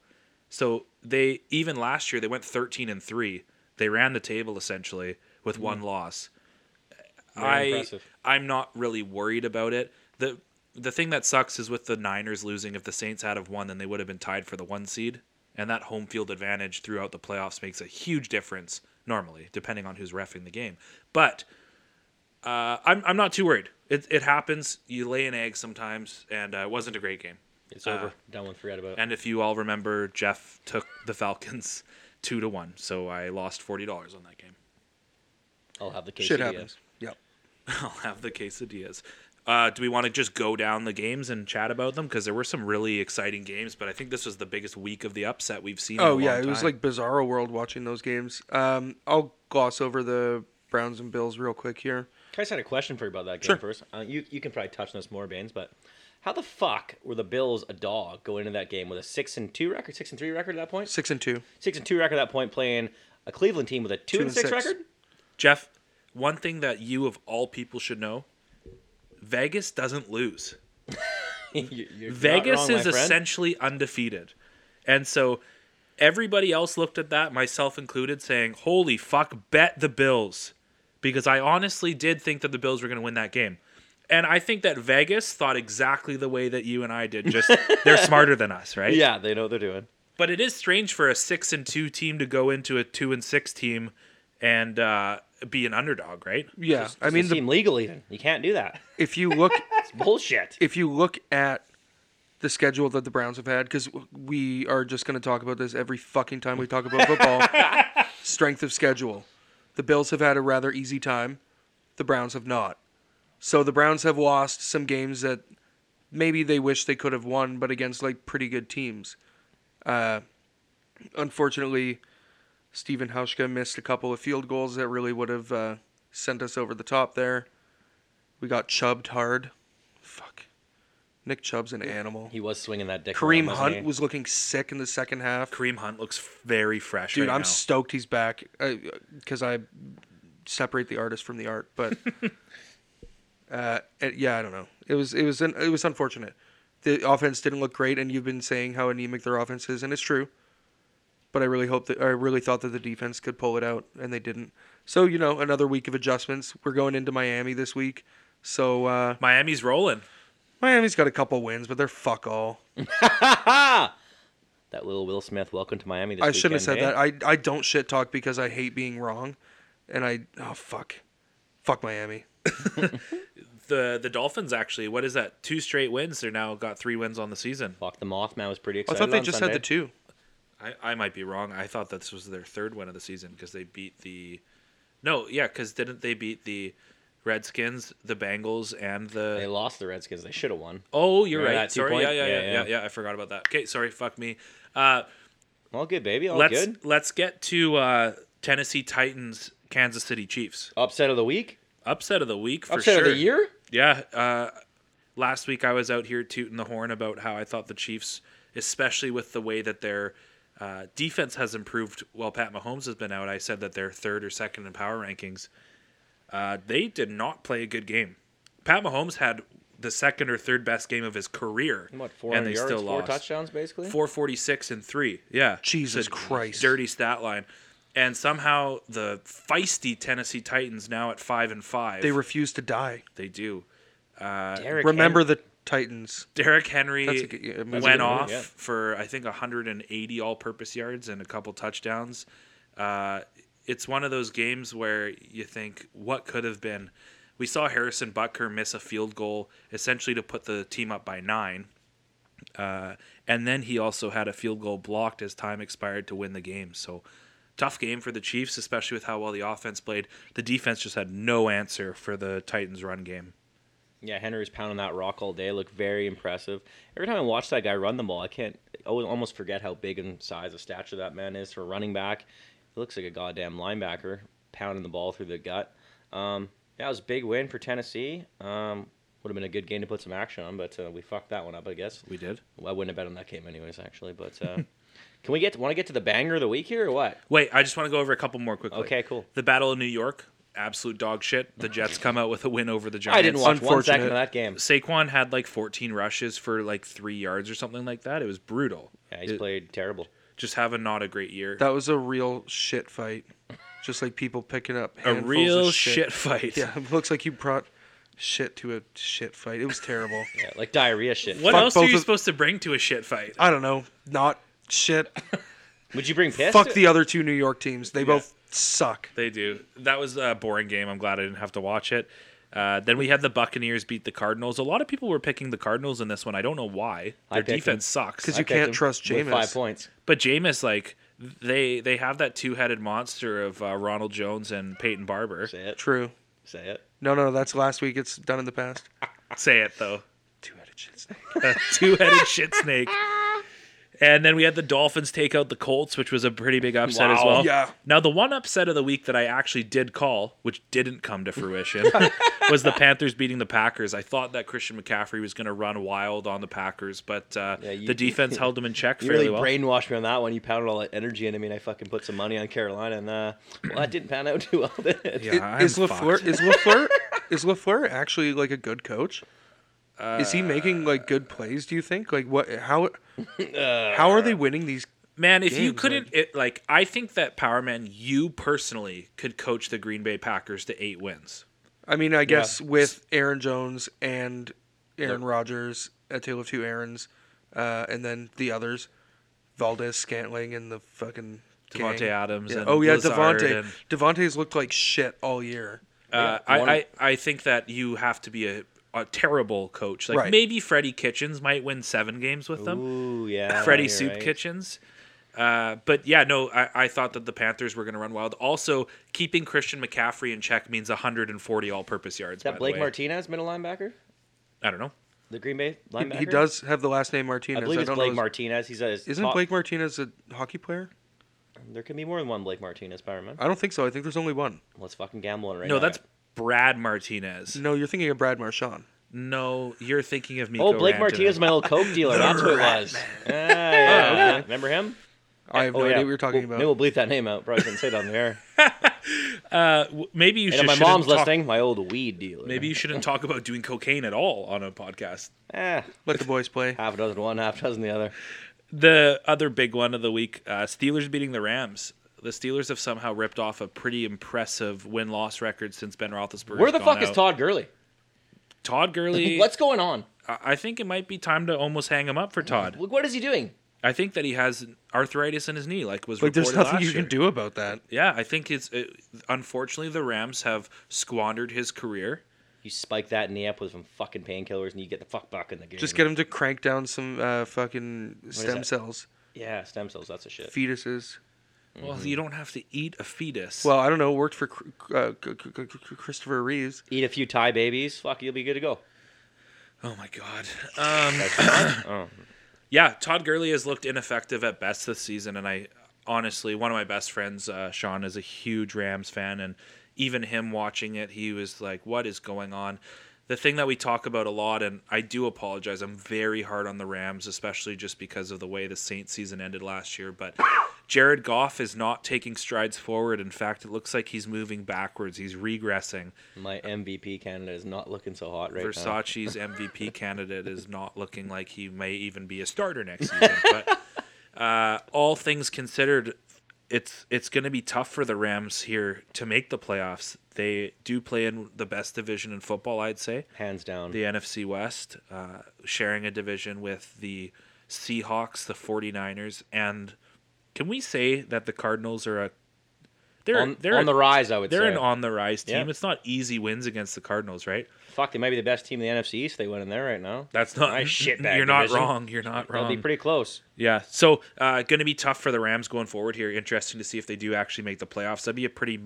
So they even last year they went thirteen and three. They ran the table essentially with one loss. Mm-hmm. Very I impressive. I'm not really worried about it. the The thing that sucks is with the Niners losing. If the Saints had have won, then they would have been tied for the one seed, and that home field advantage throughout the playoffs makes a huge difference normally, depending on who's refing the game. But uh, I'm I'm not too worried. It it happens. You lay an egg sometimes, and uh, it wasn't a great game. It's over. Done with. Forget about it. And if you all remember, Jeff took the Falcons [LAUGHS] two to one, so I lost forty dollars on that game. [LAUGHS] I'll have the quesadillas. Shit happens. Yep. I'll have the quesadillas. Uh, do we want to just go down the games and chat about them? Because there were some really exciting games, but I think this was the biggest week of the upset we've seen. in a Oh long yeah, it was time. like bizarro world watching those games. Um, I'll gloss over the Browns and Bills real quick here. I just had a question for you about that game Sure. first. Uh, you you can probably touch on this more, Baines, but how the fuck were the Bills a dog going into that game with a six and two record, six and three record at that point, Six and two. six and two record at that point, playing a Cleveland team with a two, and six, record? [LAUGHS] Jeff. One thing that you of all people should know: Vegas doesn't lose. You- you're not Vegas wrong, is my friend. essentially undefeated. And so everybody else looked at that, myself included, saying, Holy fuck, bet the Bills. Because I honestly did think that the Bills were going to win that game. And I think that Vegas thought exactly the way that you and I [LAUGHS] did. Just they're smarter than us, right? Yeah, they know what they're doing. But it is strange for a six and two team to go into a two and six team and uh, be an underdog, right? Yeah, I I mean, mean, the, team legal even. You can't do that. if you look It's bullshit. if you look at the schedule that the Browns have had, because we are just going to talk about this every fucking time we talk about [LAUGHS] football, strength of schedule. The Bills have had a rather easy time. The Browns have not. So the Browns have lost some games that maybe they wish they could have won, but against like pretty good teams. Uh, unfortunately, Steven Hauschka missed a couple of field goals that really would have uh, sent us over the top there. We got chubbed hard. Fuck. Nick Chubb's an animal. He was swinging that dick. Kareem around, wasn't Hunt he? was looking sick in the second half. Kareem Hunt looks very fresh Dude, right I'm now. stoked he's back because I separate the artist from the art. [LAUGHS] But uh, it- yeah, I don't know. It was it was an, it was unfortunate. The offense didn't look great, and you've been saying how anemic their offense is, and it's true. But I really hope that I really thought that the defense could pull it out, and they didn't. So you know, another week of adjustments. We're going into Miami this week, so uh, Miami's rolling. Miami's got a couple wins, but they're fuck all. That little Will Smith. Welcome to Miami. This I shouldn't have said weekend, eh? that. I, I don't shit talk because I hate being wrong, and I oh fuck, fuck Miami. the the Dolphins actually. What is that? Two straight wins. They're now got three wins on the season. eh? Fuck the Mothman was pretty I excited. thought they on just Sunday. had the two. I, I might be wrong. I thought this was their third win of the season because they beat the. No, yeah, because didn't they beat the Redskins, the Bengals, and They the? lost the Redskins. They should have won. Oh, you're Remember right. that two Sorry, point? yeah yeah, yeah, Yeah, yeah, yeah, yeah. I forgot about that. Okay, sorry, fuck me. Uh, All good, baby. All let's good. let's get to uh, Tennessee Titans, Kansas City Chiefs. Upset of the week. Upset of the week for Upset sure. of the year. Yeah. Uh, last week I was out here tooting the horn about how I thought the Chiefs, especially with the way that their uh, defense has improved while Pat Mahomes has been out, I said that they're third or second in power rankings. Uh, they did not play a good game. Pat Mahomes had the second or third best game of his career, What, 400 yards, four touchdowns, basically? 446 and three. Yeah. Jesus It's a Christ. Dirty stat line. And somehow the feisty Tennessee Titans now at five and five. They refused to die. they do. Uh, Derrick Remember the Titans. Derrick Henry That's a good- yeah, that's a good went move, off yeah. for I think 180 all-purpose yards and a couple touchdowns. Uh, it's one of those games where you think, what could have been? We saw Harrison Butker miss a field goal essentially to put the team up by nine, uh, and then he also had a field goal blocked as time expired to win the game. So. Tough game for the Chiefs, especially with how well the offense played. The defense just had no answer for the Titans' run game. Yeah, Henry's pounding that rock all day. Looked very impressive. Every time I watch that guy run the ball, I can't I always- almost forget how big in size the stature that man is for a running back. He looks like a goddamn linebacker, pounding the ball through the gut. Um, that was a big win for Tennessee. Um, Would have been a good game to put some action on, but uh, we fucked that one up, I guess. We did. I wouldn't have bet on that game anyways, actually. But uh, [LAUGHS] can we get want to get to the banger of the week here or what? Wait, I just want to go over a couple more quickly. Okay, cool. The Battle of New York, absolute dog shit. The [LAUGHS] Jets come out with a win over the Giants. I didn't watch one second unfortunate. of that game. Saquon had like 14 rushes for like three yards or something like that. It was brutal. Yeah, he's It- played terrible. Just having not a great year. That was a real shit fight. Just like people picking up a handfuls real of shit. fight. Yeah, it looks like you brought shit to a shit fight. It was [LAUGHS] terrible. Yeah, like diarrhea shit. What Fuck else are both you of- supposed to bring to a shit fight? I don't know. Not shit. Would you bring piss? Fuck to- the other two New York teams. They both suck. They do. That was a boring game. I'm glad I didn't have to watch it. Uh, then we had the Buccaneers beat the Cardinals. A lot of people were picking the Cardinals in this one. I don't know why. I Their picked them. defense sucks. Because I you picked can't him trust with Five Jameis. points. But Jameis, like they they have that two headed monster of uh, Ronald Jones and Peyton Barber. Say it. True. Say it. No, no, that's last week. It's done in the past. Say it though, Two-headed shit. two headed shit snake. And then we had the Dolphins take out the Colts, which was a pretty big upset as Wow. well. Yeah. Now the one upset of the week that I actually did call, which didn't come [LAUGHS] to fruition, [LAUGHS] was the Panthers beating the Packers. I thought that Christian McCaffrey was going to run wild on the Packers, but uh, Yeah, you- [LAUGHS] the defense held them in check You fairly really well. brainwashed me on that one. You pounded all that energy into me, and I fucking put some money on Carolina, and uh, well, that didn't pan out [LAUGHS] too well. Did it? Yeah, I- I'm is Lafleur fucked. is [LAUGHS] Lafleur is Lafleur actually like a good coach? is he making like good plays? Do you think? Like what? [LAUGHS] How? how are they winning these? Man, if you games, couldn't, it, like, I think that Powerman, you personally could coach the Green Bay Packers to eight wins. I mean, I guess with Aaron Jones and Aaron Rodgers, a tale of two Aarons, uh, and then the others, Valdez, Scantling, and the fucking Devontae gang. Adams Yeah. and oh yeah, Lazard Devontae. and- Devontae's looked like shit all year. Uh, Yeah, one- I, I, I think that you have to be a, a terrible coach. Like Right. maybe Freddie Kitchens might win seven games with them. Ooh, yeah. [LAUGHS] Freddie you're Soup right. Kitchens. Uh, but yeah, no, I, I thought that the Panthers were going to run wild. Also, keeping Christian McCaffrey in check means 140 all-purpose yards. Is by that the Blake way. Martinez, middle linebacker, I don't know. the Green Bay linebacker. He does have the last name I Martinez. believe it's don't know Blake his- Martinez. He's a Isn't top- Blake Martinez a hockey player? There can be more than one Blake Martinez, Powerman. I don't think so. I think there's only one. Let's fucking gamble on it right No, now. that's Brad Martinez. No, you're thinking of Brad Marchand. No, you're thinking of Miko Uh, Oh, Blake Rantanen. Martinez, my old coke dealer. That's who it was. Ah, yeah, Uh-huh. okay. Remember him? I have Oh, no yeah. idea what you're talking We'll- about. Maybe we'll bleep that name out. Probably shouldn't say it on the air. W- Maybe you And if should. my mom's talk, listening, my old weed dealer. Maybe you shouldn't talk about doing cocaine at all on a podcast. Eh, Let the boys play. half a dozen one, half a dozen the other. The other big one of the week, uh, Steelers beating the Rams. The Steelers have somehow ripped off a pretty impressive win-loss record since Ben Roethlisberger. Where the fuck is Todd Gurley? [LAUGHS] Todd Gurley? What's going on? I I think it might be time to almost hang him up for Todd. Look, What is he doing? I think that he has arthritis in his knee, like was Like, there's reported nothing last you year. can do about that. Yeah, I think it's uh unfortunately the Rams have squandered his career. You spike that knee up with some fucking painkillers, and you get the fuck back in the game. Just get him to crank down some uh, fucking stem that? cells, yeah, stem cells. That's a shit. fetuses. Well, you don't have to eat a fetus. Well, I don't know. It worked for Cr- uh, C- C- C- C- Christopher Reeves. Eat a few Thai babies. Fuck, you'll be good to go. oh my god. Um, [COUGHS] Oh. Yeah, Todd Gurley has looked ineffective at best this season, and I honestly, one of my best friends, uh, Sean, is a huge Rams fan, and even him watching it, he was like, "What is going on?" The thing that we talk about a lot, and I do apologize, I'm very hard on the Rams, especially just because of the way the Saints season ended last year. But Jared Goff is not taking strides forward. In fact, it looks like he's moving backwards. He's regressing. My MVP candidate is not looking so hot right uh, now. [LAUGHS] Versace's MVP candidate is not looking like he may even be a starter [LAUGHS] next season. But uh, all things considered, it's it's going to be tough for the Rams here to make the playoffs. They do play in the best division in football, I'd say, Hands down. the NFC West, uh, sharing a division with the Seahawks, the 49ers, and can we say that the Cardinals are a they're on, they're on the rise, I would they're say. an on the rise team. Yeah. It's not easy wins against the Cardinals, right? Fuck, they might be the best team in the NFC East. They went in there right now. That's not Nice [LAUGHS] shit bag You're not division. wrong. You're not That'll be wrong. pretty close. yeah. So, uh, going to be tough for the Rams going forward here. Interesting to see if they do actually make the playoffs. That'd be a pretty,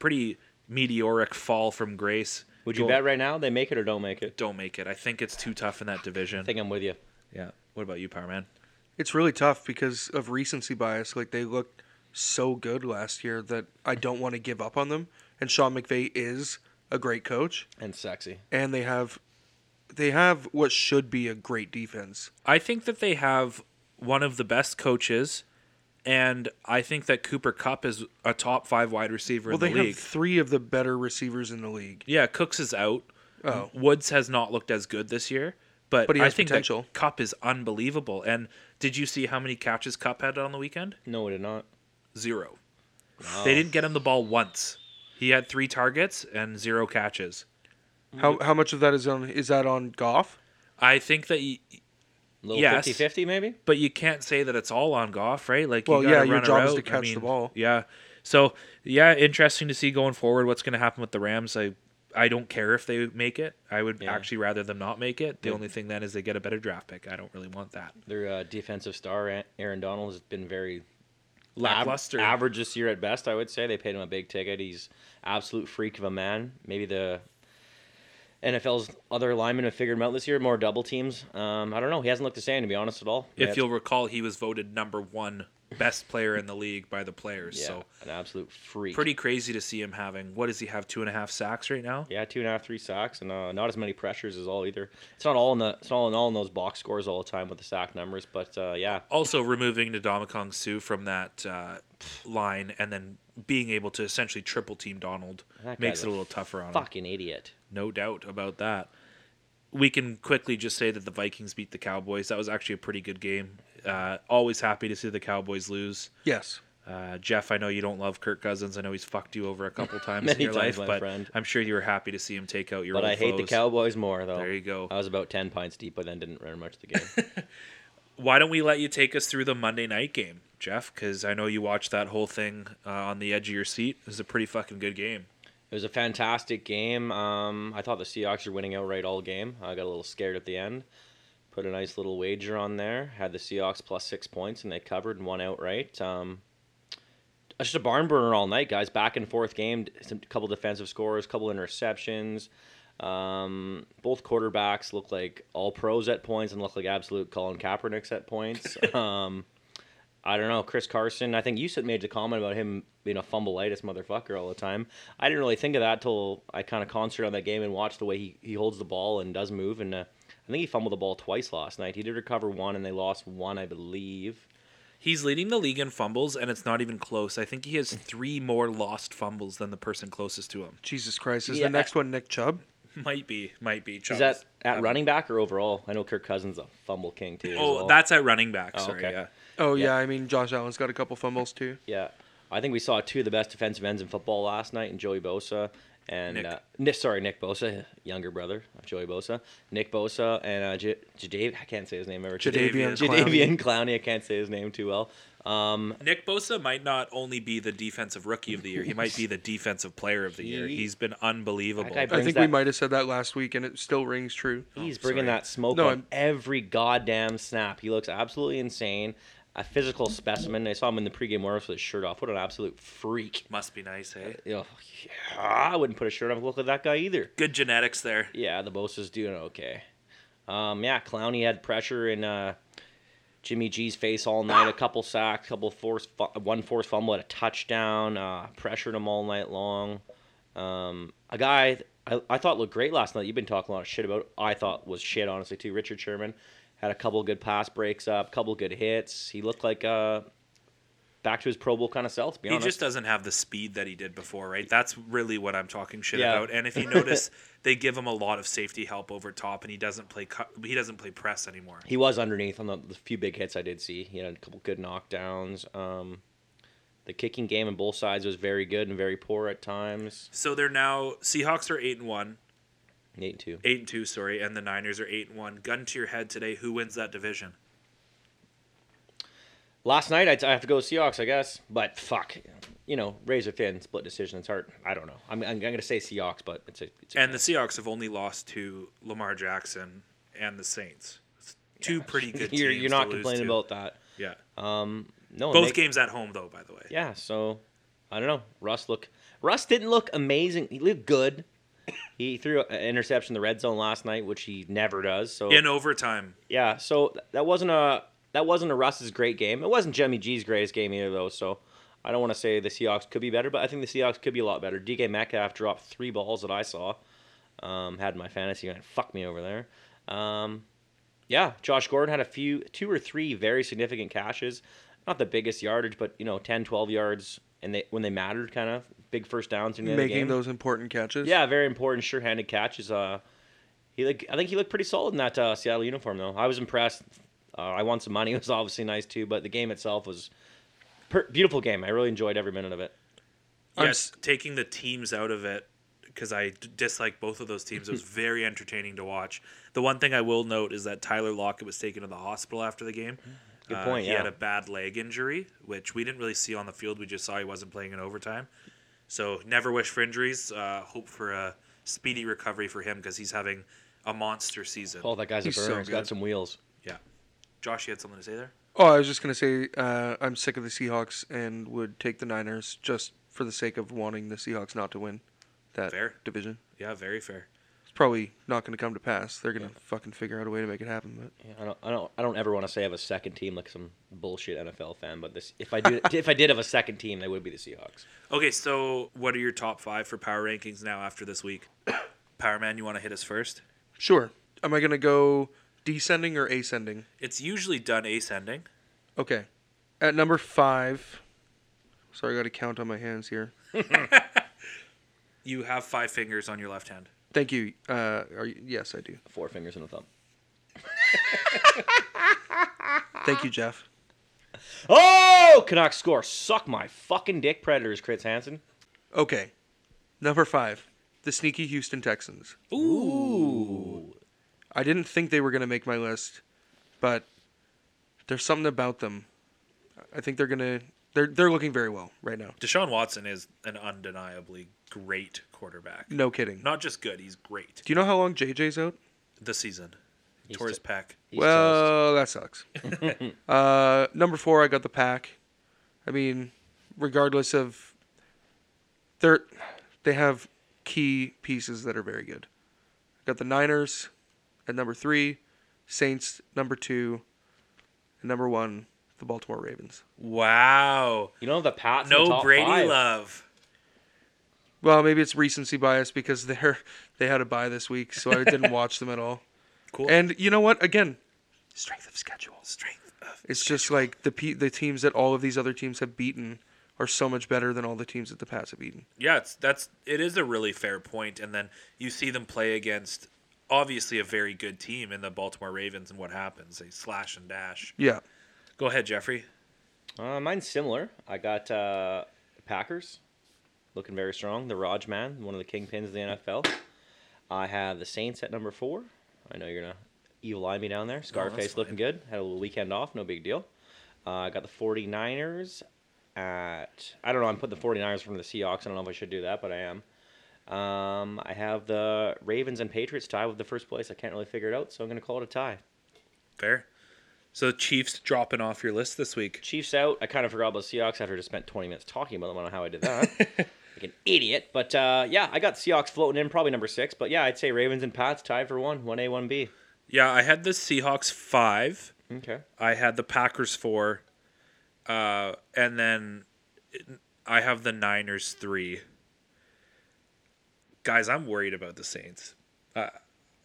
pretty meteoric fall from grace. Would you Don't- bet right now they make it or don't make it? Don't make it. I think it's too tough in that division. I think I'm with you. yeah. What about you, Power Man? It's really tough because of recency bias. Like they looked so good last year that I don't want to give up on them. And Sean McVay is a great coach, And sexy. and they have they have what should be a great defense. I think that they have one of the best coaches, and I think that Cooper Cup is a top five wide receiver Well, in the they league. have three of the better receivers in the league. Yeah, Cooks is out. Oh. Woods has not looked as good this year, but, But he I has think potential. that Cup is unbelievable. And did you see how many catches Cup had on the weekend? No, we did not. Zero. They didn't get him the ball once. He had three targets and zero catches. Mm-hmm. How how much of that is on is that on Goff? I think that, you, Little Yes. 50-50 maybe. but you can't say that it's all on Goff, right? Like, Well, you gotta yeah, your run her job is out. to catch the ball. Yeah. So, yeah, interesting to see going forward what's going to happen with the Rams. I, I don't care if they make it. I would Yeah. actually rather them not make it. The only thing then is they get a better draft pick. I don't really want that. Their uh, defensive star Aaron- Aaron Donald has been very ab- Lackluster. average this year at best. I would say they paid him a big ticket. He's absolute freak of a man. Maybe the NFL's other linemen have figured him out this year. More double teams. Um, I don't know. He hasn't looked the same to be honest at all. If Yeah, you'll recall, he was voted number one best player in the league by the players. yeah, So an absolute freak. pretty crazy to see him having. What does he have? Two and a half sacks right now. Yeah, two and a half, three sacks, and uh, not as many pressures as all either. It's not all in the. It's not all in all in those box scores all the time with the sack numbers, but uh, yeah, Also removing Ndamukong Su from that uh, line and then being able to essentially triple team Donald That makes guy's it a a little tougher on him. fucking idiot. No doubt about that. We can quickly just say that the Vikings beat the Cowboys. That was actually a pretty good game. Uh, always happy to see the Cowboys lose. Yes. Uh, Jeff, I know you don't love Kirk Cousins. I know he's fucked you over [LAUGHS] a couple times in Many your times, life, my but friend. I'm sure you were happy to see him take out your. But old I hate the foes. Cowboys more though. There you go. I was about ten pints deep, but then didn't run much of the game. Why don't we let you take us through the Monday night game, Jeff? Because I know you watched that whole thing uh, on the edge of your seat. It was a pretty fucking good game. It was a fantastic game. Um, I thought the Seahawks were winning outright all game. I got a little scared at the end. Put a nice little wager on there. Had the Seahawks plus six points, and they covered and won outright. Um, it's just a barn burner all night, guys. Back and forth game. Some couple defensive scores, couple interceptions. Um, both quarterbacks look like all pros at points, and look like absolute Colin Kaepernicks at points. um, I don't know, Chris Carson. I think you said made the comment about him being a fumbleitis motherfucker all the time. I didn't really think of that till I kind of concentrated on that game and watched the way he, he holds the ball and does move. And uh, I think he fumbled the ball twice last night. He did recover one, and they lost one, I believe. He's leading the league in fumbles, and it's not even close. I think he has three more lost fumbles than the person closest to him. [LAUGHS] Jesus Christ. Is Yeah. the next one Nick Chubb? Might be, might be. Is Chubbs. that at running back or overall? I know Kirk Cousins a fumble king too. as Oh, well. that's at running back. Oh, sorry, okay. yeah. Oh Yeah. yeah. I mean Josh Allen's got a couple fumbles too. yeah. I think we saw two of the best defensive ends in football last night, and Joey Bosa and Nick. Uh, Ni- sorry Nick Bosa, younger brother of Joey Bosa, Nick Bosa and uh, J- Jadav- I can't say his name ever. Jadavian Jadavian Clowney. I can't say his name too well. Um, Nick Bosa might not only be the defensive rookie of the year; he might be the defensive player of the year. He- He's been unbelievable. That guy- I Brings think we that- Oh, might have said that last week, and it still rings true. he's bringing Oh, sorry. that smoke No, on I'm- every goddamn snap. He looks absolutely insane. A physical specimen. I saw him in the pregame warm-ups with his shirt off. What an absolute freak! Must be nice, eh? You know, yeah, I wouldn't put a shirt on to look like that guy either. Good genetics there. Yeah, the Bosa's doing okay. Um, yeah, Clowney had pressure in uh, Jimmy G's face all night. A couple sacks, couple force, fu- one forced fumble, had a touchdown. Uh, pressured him all night long. Um, a guy I, I thought looked great last night. You've been talking a lot of shit about. I thought was shit honestly too. Richard Sherman had a couple good pass breaks up, couple good hits. He looked like uh, back to his Pro Bowl kind of self. To be He honest, just doesn't have the speed that he did before, right? That's really what I'm talking shit Yeah. about. And [LAUGHS] if you notice, they give him a lot of safety help over top, and he doesn't play. Cu- he doesn't play press anymore. He was underneath on the, the few big hits I did see. He had a couple good knockdowns. Um, the kicking game on both sides was very good and very poor at times. So they're now Seahawks are eight and one, Eight and two. eight and two, sorry, and the Niners are eight and one. Gun to your head today, who wins that division? Last night I, I have to go with Seahawks, I guess. But fuck, you know, razor thin split decision. It's hard. I don't know. I'm, I'm, gonna say Seahawks, but it's a. It's a And the Seahawks have only lost to Lamar Jackson and the Saints. It's [LAUGHS] two pretty good teams. you're, you're not to lose complaining to. about that. Yeah. No, Both make- games at home though, by the way. Yeah, so I don't know. Russ look Russ didn't look amazing. He looked good. He threw an interception in the red zone last night, which he never does. So In overtime. yeah so th- that wasn't a that wasn't a russ's great game it wasn't jimmy g's greatest game either though so i don't want to say the seahawks could be better but i think the seahawks could be a lot better dk metcalf dropped three balls that i saw Um, had my fantasy and fuck me over there. Um, yeah, Josh Gordon had a few, two or three very significant caches. Not the biggest yardage, but you know, 10, 12 yards, and they when they mattered, kind of big first downs in the end of the Making game. those important catches. Yeah, very important, sure-handed catches. Uh, he look, I think he looked pretty solid in that uh, Seattle uniform, though. I was impressed. Uh, I won some money. [LAUGHS] It was obviously nice too, but the game itself was per- beautiful game. I really enjoyed every minute of it. I'm Yes, taking the teams out of it because I d- dislike both of [LAUGHS] those teams. It was very entertaining to watch. The one thing I will note is that Tyler Lockett was taken to the hospital after the game. Uh, Good point, he yeah. had a bad leg injury, which we didn't really see on the field. We just saw he wasn't playing in overtime. So never wish for injuries. Uh, hope for a speedy recovery for him because he's having a monster season. Oh, that guy's a He's so burner. He's got good. some wheels. Yeah. Josh, you had something to say there? Oh, I was just gonna say uh, I'm sick of the Seahawks and would take the Niners just for the sake of wanting the Seahawks not to win that Fair. division. Yeah, very fair. It's probably not gonna come to pass. They're gonna fucking figure out a way to make it happen. But Yeah, I don't, I don't, I don't ever want to say I have a second team like some bullshit NFL fan, but this, if I do, if I did [LAUGHS] have a second team, they would be the Seahawks. Okay, so what are your top five for power rankings now after this [COUGHS] week? Power Man, you want to hit us first? sure, am I gonna go descending or ascending? It's usually done ascending. Okay, at number five. Sorry, I got to count on my hands here. You have five fingers on your left hand. Thank you. Uh, are you yes, I do. Four fingers and a thumb. Thank you, Jeff. Oh, Canucks score. Suck my fucking dick, Predators. Chris Hansen. Okay, number five, the sneaky Houston Texans. Ooh. I didn't think they were going to make my list, but there's something about them. I think they're going to they're they're looking very well right now. Deshaun Watson is an undeniably great quarterback. No kidding. Not just good, he's great. Do you know how long JJ's out? This season. Tore his t- pack. He's well, that sucks. uh, number 4, I got the pack. I mean, regardless of they're they have key pieces that are very good. Got the Niners at number 3, Saints number 2, and number 1, the Baltimore Ravens. Wow. You know the Pats. in the No top Brady five. love. Well, maybe it's recency bias because [LAUGHS] they're they had a bye this week, so I didn't watch them at all. Cool. And you know what? Again, strength of schedule. strength of It's just like the pe- the teams that all of these other teams have beaten are so much better than all the teams that the Pats have beaten. Yeah, it's that's it is a really fair point. And then you see them play against obviously a very good team in the Baltimore Ravens and what happens. They slash and dash. Yeah. Go ahead, Jeffrey. Uh, mine's similar. I got uh, Packers, looking very strong. The Raj man, one of the kingpins of the NFL. I have the Saints at number four. I know you're gonna evil eye me down there. Scarface fine. looking good. Had a little weekend off, no big deal. Uh, I got the 49ers at. I don't know. I'm putting the 49ers from the Seahawks. I don't know if I should do that, but I am. Um, I have the Ravens and Patriots tie with the first place. I can't really figure it out, so I'm gonna call it a tie. Fair. So Chiefs dropping off your list this week. Chiefs out. I kind of forgot about Seahawks after I just spent 20 minutes talking about them. I don't know how I did [LAUGHS] that. like an idiot. But uh, yeah, I got Seahawks floating in, probably number six. But yeah, I'd say Ravens and Pats tied for one, 1A, 1B. Yeah, I had the Seahawks five. Okay. I had the Packers four. Uh, and then I have the Niners three. Guys, I'm worried about the Saints. Uh,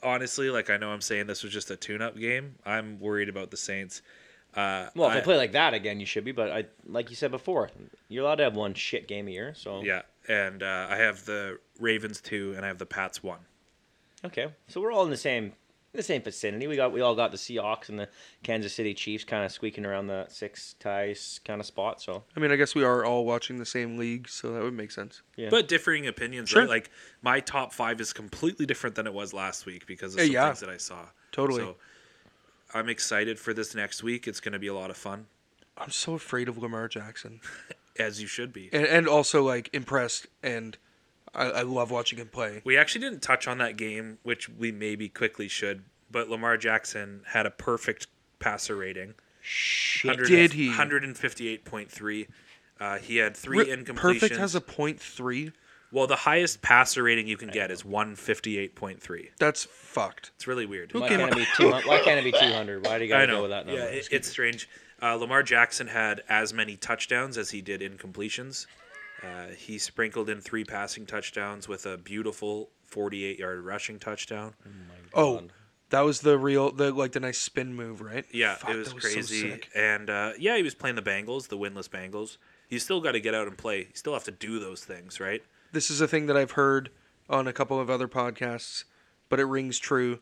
honestly, like I know I'm saying this was just a tune-up game. I'm worried about the Saints. Uh, Well, if I- they play like that again, you should be. But I, like you said before, you're allowed to have one shit game a year. Oh. So Yeah, and uh, I have the Ravens two, and I have the Pats one. Okay. So we're all in the same. in The same vicinity. We got we all got the Seahawks and the Kansas City Chiefs kind of squeaking around the six ties kind of spot. So I mean, I guess we are all watching the same league, so that would make sense. Yeah. But differing opinions, Sure. right? Like my top five is completely different than it was last week because of Eh, some yeah. things that I saw. Totally. So I'm excited for this next week. It's going to be a lot of fun, I'm so afraid of Lamar Jackson, as you should be. and and also like impressed, and I, I love watching him play. We actually didn't touch on that game, which we maybe quickly should. But Lamar Jackson had a perfect passer rating. shit. Did he? 158.3. Uh, he had three Re- incompletions. Perfect has a point three. Well, the highest passer rating you can get is 158.3. That's fucked. It's really weird. Why Okay, can't it be two? hun- Why can't it be two hundred? Why do you [LAUGHS] I gotta know. go with that number? Yeah, it- it's strange. Uh, Lamar Jackson had as many touchdowns as he did incompletions. Uh, he sprinkled in three passing touchdowns with a beautiful 48 yard rushing touchdown. Oh, that was the real, the like the nice spin move, right? Yeah, Fuck, it was, that so crazy. sick. and uh, yeah, he was playing the Bengals, the winless Bengals. You still got to get out and play. You still have to do those things, right? this is a thing that I've heard on a couple of other podcasts, but it rings true.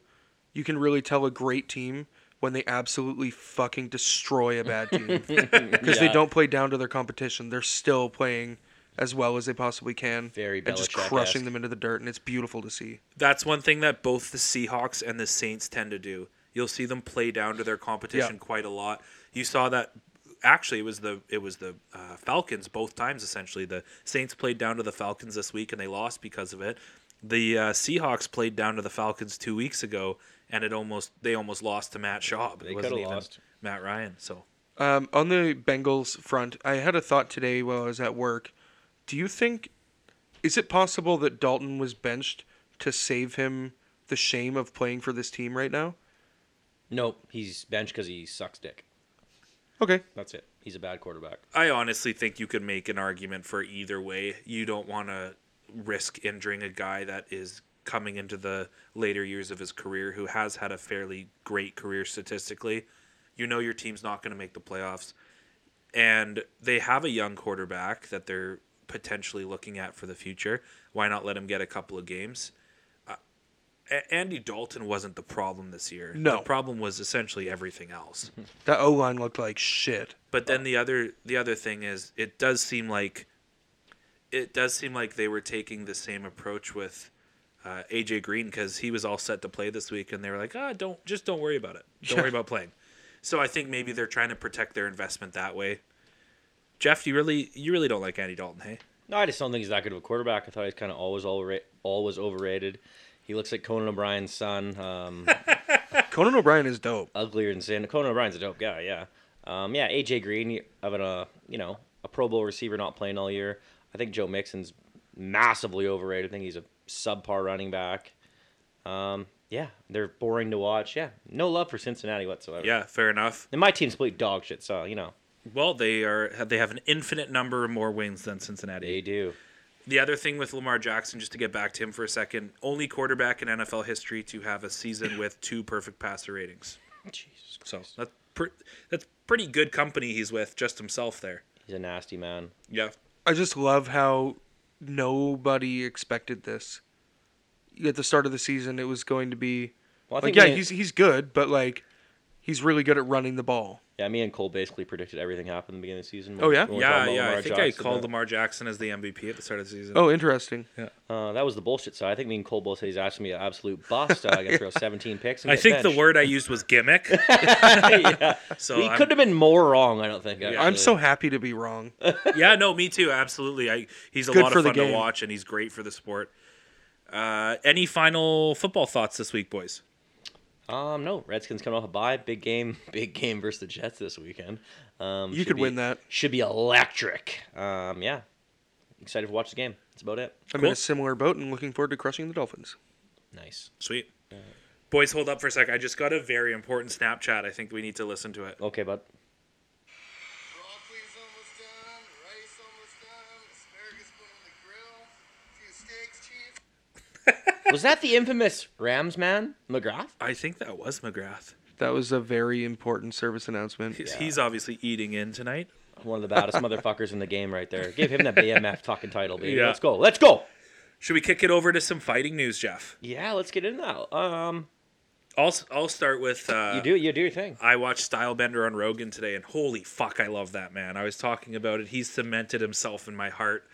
You can really tell a great team when they absolutely fucking destroy a bad team because they [LAUGHS] Yeah. don't play down to their competition. They're still playing as well as they possibly can Very and just Belichick-esque. crushing them into the dirt, and it's beautiful to see. That's one thing that both the Seahawks and the Saints tend to do. You'll see them play down to their competition Yeah. quite a lot. You saw that actually it was the it was the uh, Falcons both times essentially. The Saints played down to the Falcons this week and they lost because of it. The uh, Seahawks played down to the Falcons 2 weeks ago and it almost they almost lost to Matt Schaub. They it wasn't coulda even lost. Matt Ryan. So Um, on the Bengals front, I had a thought today while I was at work. Do you think is it possible that Dalton was benched to save him the shame of playing for this team right now? Nope, he's benched because he sucks dick. Okay, That's it. He's a bad quarterback. I honestly think you could make an argument for either way. You don't want to risk injuring a guy that is coming into the later years of his career who has had a fairly great career statistically. You know your team's not going to make the playoffs. And they have a young quarterback that they're potentially looking at for the future. Why not let him get a couple of games? Uh, A- Andy Dalton wasn't the problem this year. No. The problem was essentially everything else. that O line looked like shit. But then the other the other thing is it does seem like it does seem like they were taking the same approach with uh, AJ Green because he was all set to play this week and they were like, ah, don't just don't worry about it. Don't worry Yeah. about playing. So I think maybe they're trying to protect their investment that way. Jeff, you really you really don't like Andy Dalton, hey? No, I just don't think he's that good of a quarterback. I thought he's kind of always overra- always overrated. He looks like Conan O'Brien's son. Um, Conan O'Brien is dope. uglier than Santa. Conan O'Brien's a dope guy, yeah. Um, yeah, AJ Green having a you know a Pro Bowl receiver not playing all year. I think Joe Mixon's massively overrated. I think he's a subpar running back. Um, yeah, they're boring to watch. Yeah, no love for Cincinnati whatsoever. Yeah, fair enough. and my team's complete dog shit. So you know Well, they are they have an infinite number more wins than Cincinnati. they do. The other thing with Lamar Jackson, just to get back to him for a second, only quarterback in NFL history to have a season with two perfect passer ratings. Jesus, So that's pre- that's pretty good company he's with just himself there. he's a nasty man. Yeah, I just love how nobody expected this. At the start of the season, it was going to be Well, I like, think yeah, me- he's he's good, but like, he's really good at running the ball. Yeah, me and Cole basically predicted everything happened in the beginning of the season. Oh, yeah? When we yeah, talked about yeah. Lamar I think Jackson, I called but- Lamar Jackson as the MVP at the start of the season. Oh, interesting. Uh, that was the bullshit side. I think me and Cole both said he's actually an absolute bust. [LAUGHS] Uh, I got to throw 17 picks. And I get think the benched. word I used was [LAUGHS] gimmick. [LAUGHS] [LAUGHS] yeah. So We I'm- couldn't have been more wrong. I don't think. Yeah. I'm actually. so happy to [LAUGHS] be wrong. yeah, no, me too. Absolutely. I he's a Good lot for of the fun game. to watch, and he's great for the sport. Uh, any final football thoughts this week, boys? Um, no, Redskins coming off a bye. Big game, [LAUGHS] big game versus the Jets this weekend. Um, You should could be- win that. Should be electric. Um, yeah, excited to watch the game. That's about it. I'm in Cool. a similar boat and looking forward to crushing the Dolphins. Nice. Sweet. Boys, hold up for a sec. I just got a very important Snapchat. I think we need to listen to it. Okay, bud. Broccoli's almost done, rice almost done, asparagus put on the grill, a few steaks, cheese. Was that the infamous Rams man McGrath? I think that was McGrath. That was a very important service announcement. He's, he's obviously eating in tonight. One of the [LAUGHS] baddest motherfuckers in the game, right there. Give him that BMF fucking title, baby. Yeah. Let's go. Let's go. Should we kick it over to some fighting news, Jeff? Yeah, let's get into that. Um, I'll, I'll start with. Uh, you do you do your thing. I watched Stylebender on Rogan today, and holy fuck, I love that man. I was talking about it. He's cemented himself in my heart.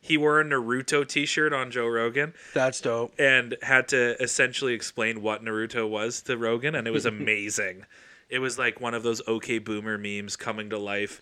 He wore a Naruto t shirt on Joe Rogan That's dope. and had to essentially explain what Naruto was to Rogan, and it was amazing. it was like one of those OK Boomer memes coming to life.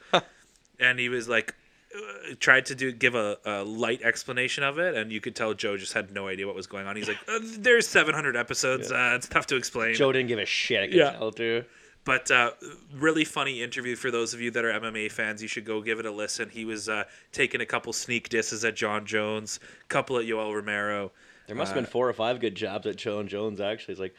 and he was like, uh, tried to do give a, a light explanation of it, and you could tell Joe just had no idea what was going on. He's like, uh, "There's 700 episodes. Uh, it's tough to explain." Joe didn't give a shit. I could Yeah. tell, dude. but uh, really funny interview for those of you that are MMA fans. You should go give it a listen. He was uh, taking a couple sneak disses at John Jones, couple at Yoel Romero. There must have been four or five good jobs at Joe and Jones. Actually, it's like,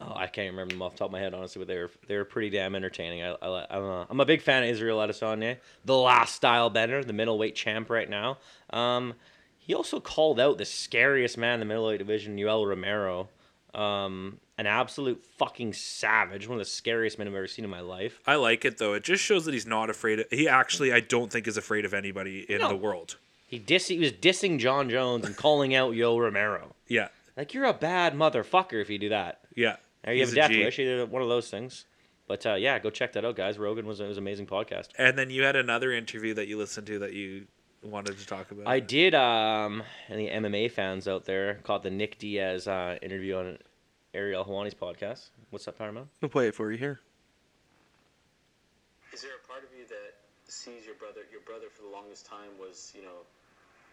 oh, I can't remember them off the top of my head, honestly, but they were they were pretty damn entertaining. I, I li- I'm, a, I'm a big fan of Israel Adesanya, the last style bender, the middleweight champ right now. Um, He also called out the scariest man in the middleweight division, Yoel Romero, um, an absolute fucking savage, one of the scariest men I've ever seen in my life. I like it though. It just shows that he's not afraid. Of, he actually, I don't think, is afraid of anybody in No. the world. He diss he was dissing John Jones and calling out Yoel Romero. Yeah, Like you're a bad motherfucker if you do that. yeah. Now you have He's a a death G. wish, either one of those things. But uh, yeah, go check that out, guys. Rogan was it was an amazing podcast. And then you had another interview that you listened to that you wanted to talk about. I did. Um, any MMA fans out there caught the Nick Diaz uh, interview on Ariel Hawani's podcast? What's up, Paramount? I'll play it for you here. Is there a part of you that sees your brother? Your brother, for the longest time, was you know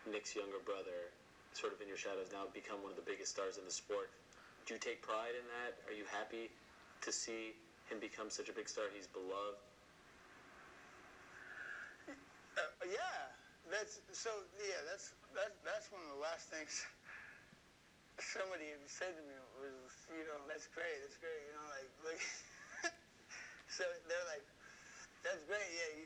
Nick's younger brother, sort of in your shadows. Now become one of the biggest stars in the sport. Do you take pride in that? Are you happy to see him become such a big star? He's beloved. Uh, yeah, that's so. Yeah, that's that. That's one of the last things [LAUGHS] somebody had said to me was, you know, that's great, that's great. You know, like, [LAUGHS] like so they're like, that's great. Yeah, you,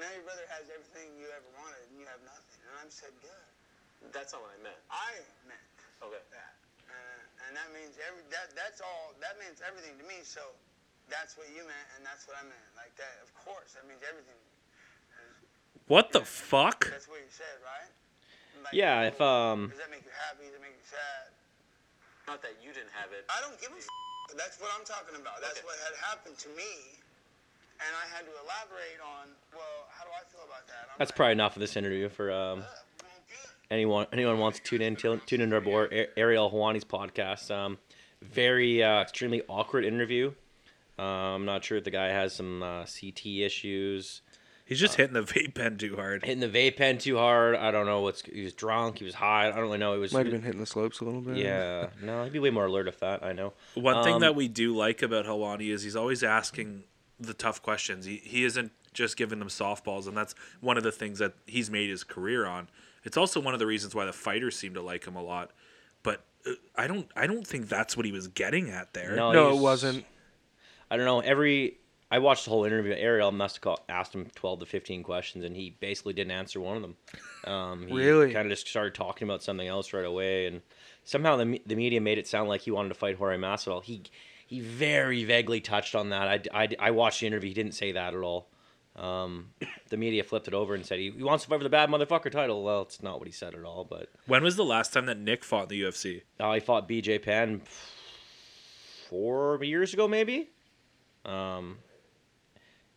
now your brother has everything you ever wanted, and you have nothing. And I'm said, good. That's not what I meant. I meant Okay. that, uh, and that means every that. That's all. That means everything to me. So that's what you meant, and that's what I meant. Like that. Of course, that means everything. to me. what the fuck? That's what you said, right? Like, Yeah, if um, Does that make you happy? Does that make you sad? Not that you didn't have it. I don't give a f- That's what I'm talking about. That's Okay. what had happened to me. And I had to elaborate on, well, how do I feel about that? I'm that's like, probably enough of this interview for um, "Uh, well, good. anyone anyone wants to tune in tune tune into our boy A- Ariel Hawani's podcast. Um, very uh, extremely awkward interview. Um, I'm not sure if the guy has some uh, CT issues. He's just hitting the vape pen too hard. Hitting the vape pen too hard. I don't know what's. He was drunk. He was high. I don't really know. He was. Might have been hitting the slopes a little bit. Yeah. No, he'd be way more alert if that. I know. One thing Um, that we do like about Helwani is he's always asking the tough questions. He he isn't just giving them softballs, and that's one of the things that he's made his career on. It's also one of the reasons why the fighters seem to like him a lot. But uh, I don't I don't think that's what he was getting at there. No, No, he it wasn't. I don't know. Every I watched the whole interview. Ariel must have called, asked him twelve to fifteen questions, and he basically didn't answer one of them. Um, he Really? Kind of just started talking about something else right away, and somehow the me- the media made it sound like he wanted to fight Jorge Masvidal. He he very vaguely touched on that. I, I, I watched the interview. He didn't say that at all. Um, [COUGHS] the media flipped it over and said he, he wants to fight for the bad motherfucker title. Well, it's not what he said at all. But When was the last time that Nick fought in the UFC? uh, he fought BJ Penn four years ago, maybe. Um,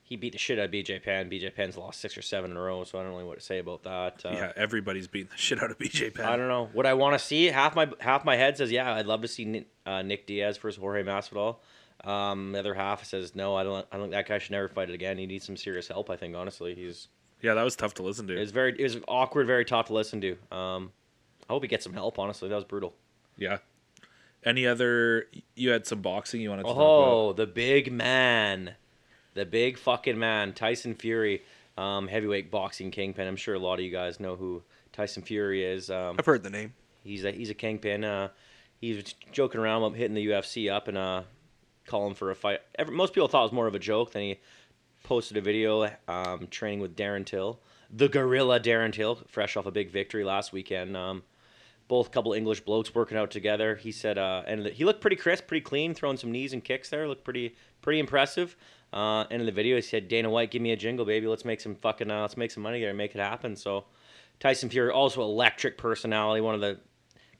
he beat the shit out of BJ Penn. BJ Penn's lost six or seven in a row, so I don't really know what to say about that. Uh, yeah, everybody's beating the [LAUGHS] shit out of BJ Penn. I don't know. Would I want to see it? Half my half my head says, yeah, I'd love to see Nick, uh, Nick Diaz versus Jorge Masvidal. Um, the other half says, no, I don't. I don't think that guy should never fight it again. He needs some serious help. I think honestly, he's Yeah, that was tough to listen it to. was very it was awkward, very tough to listen to. Um, I hope he gets some help. Honestly, that was brutal. Yeah. Any other? You had some boxing you wanted to talk about? Oh, the big man, the big fucking man, Tyson Fury, um, heavyweight boxing kingpin. I'm sure a lot of you guys know who Tyson Fury is. Um, I've heard the name. he's a he's a kingpin. Uh, he was joking around about hitting the UFC up and uh, calling for a fight. Every, most people thought it was more of a joke. Then he posted a video um, training with Darren Till, the gorilla Darren Till, fresh off a big victory last weekend. Um, both couple English blokes working out together. He said, uh, and he looked pretty crisp, pretty clean, throwing some knees and kicks there. Looked pretty, pretty impressive. Uh, and in the video, he said, "Dana White, give me a jingle, baby. Let's make some fucking, uh, let's make some money there and make it happen." So, Tyson Fury, also electric personality, one of the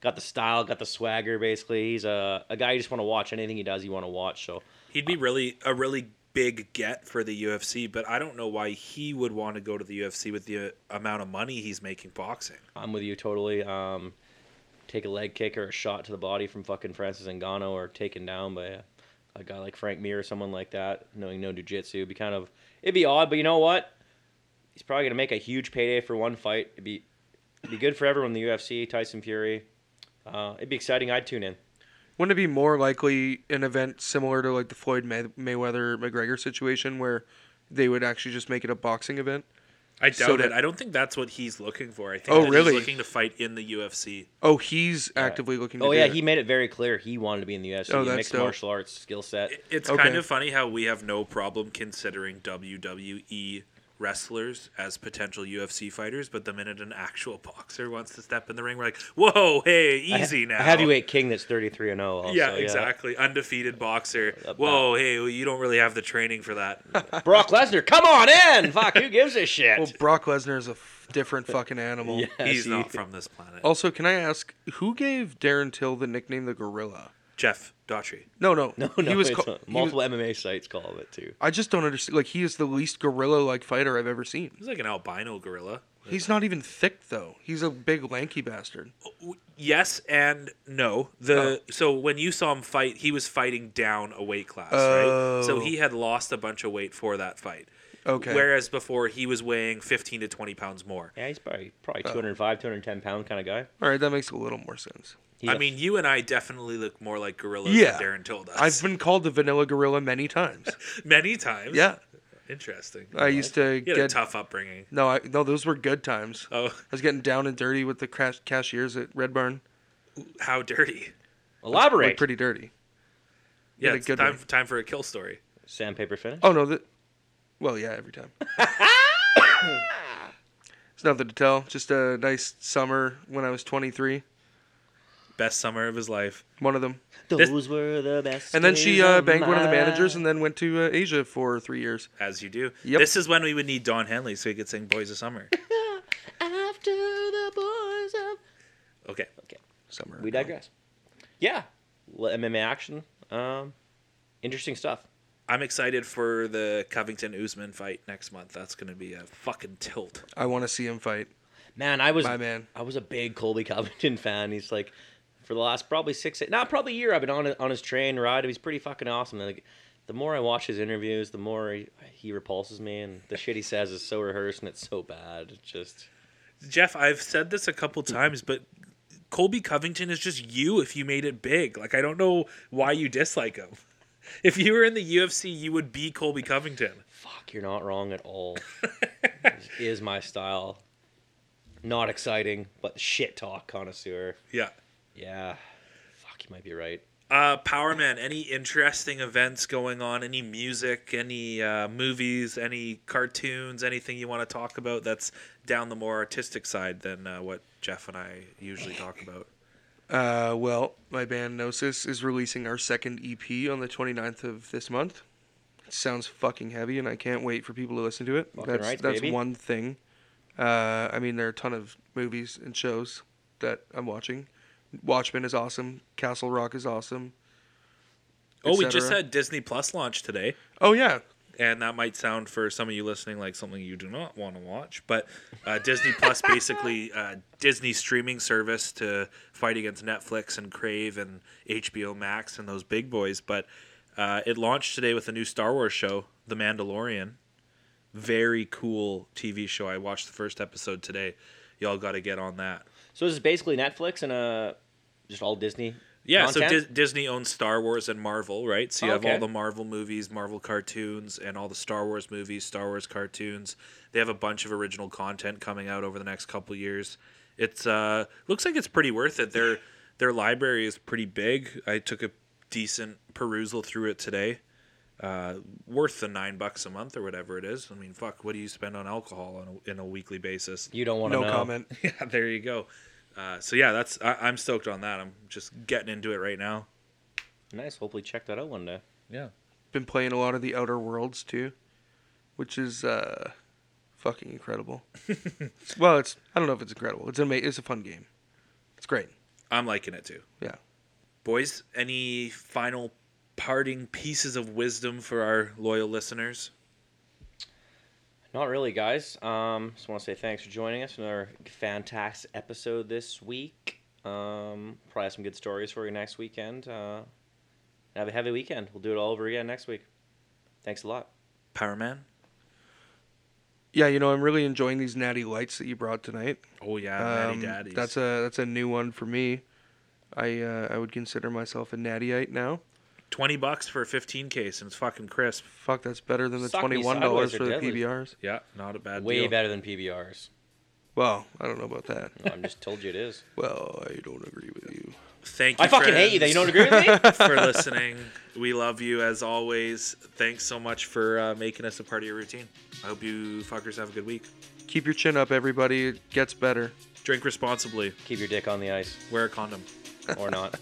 got the style, got the swagger. Basically, he's a, a guy you just want to watch. Anything he does, you want to watch. So He'd be really a really big get for the UFC, but I don't know why he would want to go to the UFC with the uh, amount of money he's making boxing. I'm with you totally. Um, take a leg kick or a shot to the body from fucking Francis Ngannou or taken down by a, a guy like Frank Mir or someone like that, knowing no jiu-jitsu, would be kind of it'd be odd, but you know what? He's probably gonna make a huge payday for one fight. It'd be it'd be good for everyone in the UFC, Tyson Fury. Uh, it'd be exciting. I'd tune in. Wouldn't it be more likely an event similar to like the Floyd May- Mayweather McGregor situation where they would actually just make it a boxing event? I doubt So it. that- I don't think that's what he's looking for. I think Oh, that really? he's looking to fight in the UFC. Oh, he's actively looking. To Oh do yeah, it. he made it very clear he wanted to be in the UFC. Oh, that's mixed dope. martial arts skill set. It's Okay. kind of funny how we have no problem considering WWE E wrestlers as potential UFC fighters, but the minute an actual [LAUGHS] boxer wants to step in the ring, we're like, whoa, hey, easy a, now. A heavyweight king that's 33 and 0. Also. Yeah, exactly. Undefeated boxer. Whoa, hey, well, you don't really have the training for that. Brock Lesnar, come on [LAUGHS] in. Fuck, who gives a shit? Well, Brock Lesnar is a f- different [LAUGHS] fucking animal. Yes, He's he- not from this planet. Also, can I ask who gave Darren Till the nickname the Gorilla? Jeff Daughtry. No, no, No, no, He was it's ca- not. he was- multiple MMA sites call it too. I just don't understand. Like he is the least gorilla-like fighter I've ever seen. He's like an albino gorilla. He's not even thick though. He's a big lanky bastard. W- Yes and no. The so when you saw him fight, he was fighting down a weight class, right? So Oh. he had lost a bunch of weight for that fight. Oh, Okay. Whereas before he was weighing 15 to 20 pounds more. Yeah, he's probably Uh, probably 205, 210 pound kind of guy. All right, that makes a little more sense. He's I a- mean, you and I definitely look more like gorillas Yeah. than Darren told us. I've been called the Vanilla Gorilla [LAUGHS] many times. [LAUGHS] many times. Yeah, Interesting. I used to you had a get tough upbringing. no, I, no. Those were good times. I Oh, was getting down and dirty with the crash, cashiers at Red Barn. how dirty. Like, elaborate. pretty dirty. Yeah, a it's good time, one. time for a kill story. Sandpaper finish. Oh no, that. Well, yeah, every time. [COUGHS] it's nothing to tell. Just a nice summer when I was 23. Best summer of his life. One of them. Those were the best. And then she days uh, of banged one of the my managers life. and then went to uh, Asia for three years. As you do. Yep. This is when we would need Don Henley so he could sing Boys [LAUGHS] of Summer. After the boys of Okay. Summer. we digress. Yeah, L- MMA action. Um, interesting stuff. I'm excited for the Covington Usman fight next month. That's going to be a fucking tilt. I want to see him fight. Man, I was My man. I was a big Colby Covington fan. He's like, for the last probably six, not probably a year, I've been on on his train ride. He's pretty fucking awesome. And, like, the more I watch his interviews, the more he, he repulses me, and the shit he says is so rehearsed and it's so bad. It's just Jeff, I've said this a couple times, but Colby Covington is just you if you made it big. Like, I don't know why you dislike him. [LAUGHS] If you were in the UFC, you would be Colby Covington. fuck, you're not wrong at [LAUGHS] all. This is my style. Not exciting, but shit talk connoisseur. Yeah. Yeah, fuck, you might be right. Uh, Power Man, any interesting events going on? Any music? Any uh, movies? Any cartoons? Anything you want to talk about that's down the more artistic side than uh, what Jeff and I usually talk about? Uh, well, my band Gnosis is releasing our second EP on the 29th of this month. It sounds fucking heavy, and I can't wait for people to listen to it. Fucking that's right, that's baby. one thing. Uh, I mean, there are a ton of movies and shows that I'm watching. Watchmen is awesome. Castle Rock is awesome. Oh, we et just cetera. had Disney Plus launch today. Oh yeah, and that might sound for some of you listening like something you do not want to watch but uh, disney plus basically uh, disney streaming service to fight against netflix and crave and hbo max and those big boys but uh, it launched today with a new star wars show the mandalorian very cool tv show i watched the first episode today y'all got to get on that So this is basically Netflix and uh, just all Disney. yeah, so content? Dis- Disney owns Star Wars and Marvel, right? So you Oh, have okay. all the Marvel movies, Marvel cartoons, and all the Star Wars movies, Star Wars cartoons. They have a bunch of original content coming out over the next couple years. It's uh, looks like it's pretty worth it. Their their library is pretty big. I took a decent perusal through it today. Uh, worth the nine bucks a month or whatever it is. I mean, fuck, what do you spend on alcohol on a, in a weekly basis? [LAUGHS] you don't want to no know. comment. yeah, there you go. Uh, so yeah, that's I, I'm stoked on that. I'm just getting into it right now. Nice. Hopefully, check that out one day. Yeah. Been playing a lot of the Outer Worlds too, which is uh, [LAUGHS] fucking incredible. well, it's I don't know if it's incredible. It's ama- It's a fun game. It's great. I'm liking it too. Yeah. Boys, any final parting pieces of wisdom for our loyal listeners? Not really, guys. Um, just want to say thanks for joining us. Another fantastic episode this week. Um, probably have some good stories for you next weekend. Uh, have a heavy weekend. We'll do it all over again next week. Thanks a lot. Power Man. Yeah, you know, I'm really enjoying these natty lights that you brought tonight. Oh yeah, Natty Um, Daddies. That's a that's a new one for me. I uh, I would consider myself a nattyite now. twenty bucks for a fifteen case, and it's fucking crisp. Fuck, that's better than the Suck me twenty one dollars sideways, for the they're deadly. PBRs. Yeah, not a bad Way deal. better than PBRs. Well, I don't know about that. [LAUGHS] No, I'm just told you it is. Well, I don't agree with you. Thank you. I fucking hate you that you don't agree with me. [LAUGHS] [LAUGHS] for listening. We love you as always. Thanks so much for uh, making us a part of your routine. I hope you fuckers have a good week. Keep your chin up, everybody. It gets better. Drink responsibly. Keep your dick on the ice Wear a condom. or not.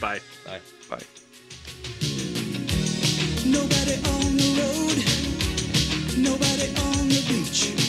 Bye. Bye. Bye. Nobody on the road, nobody on the beach.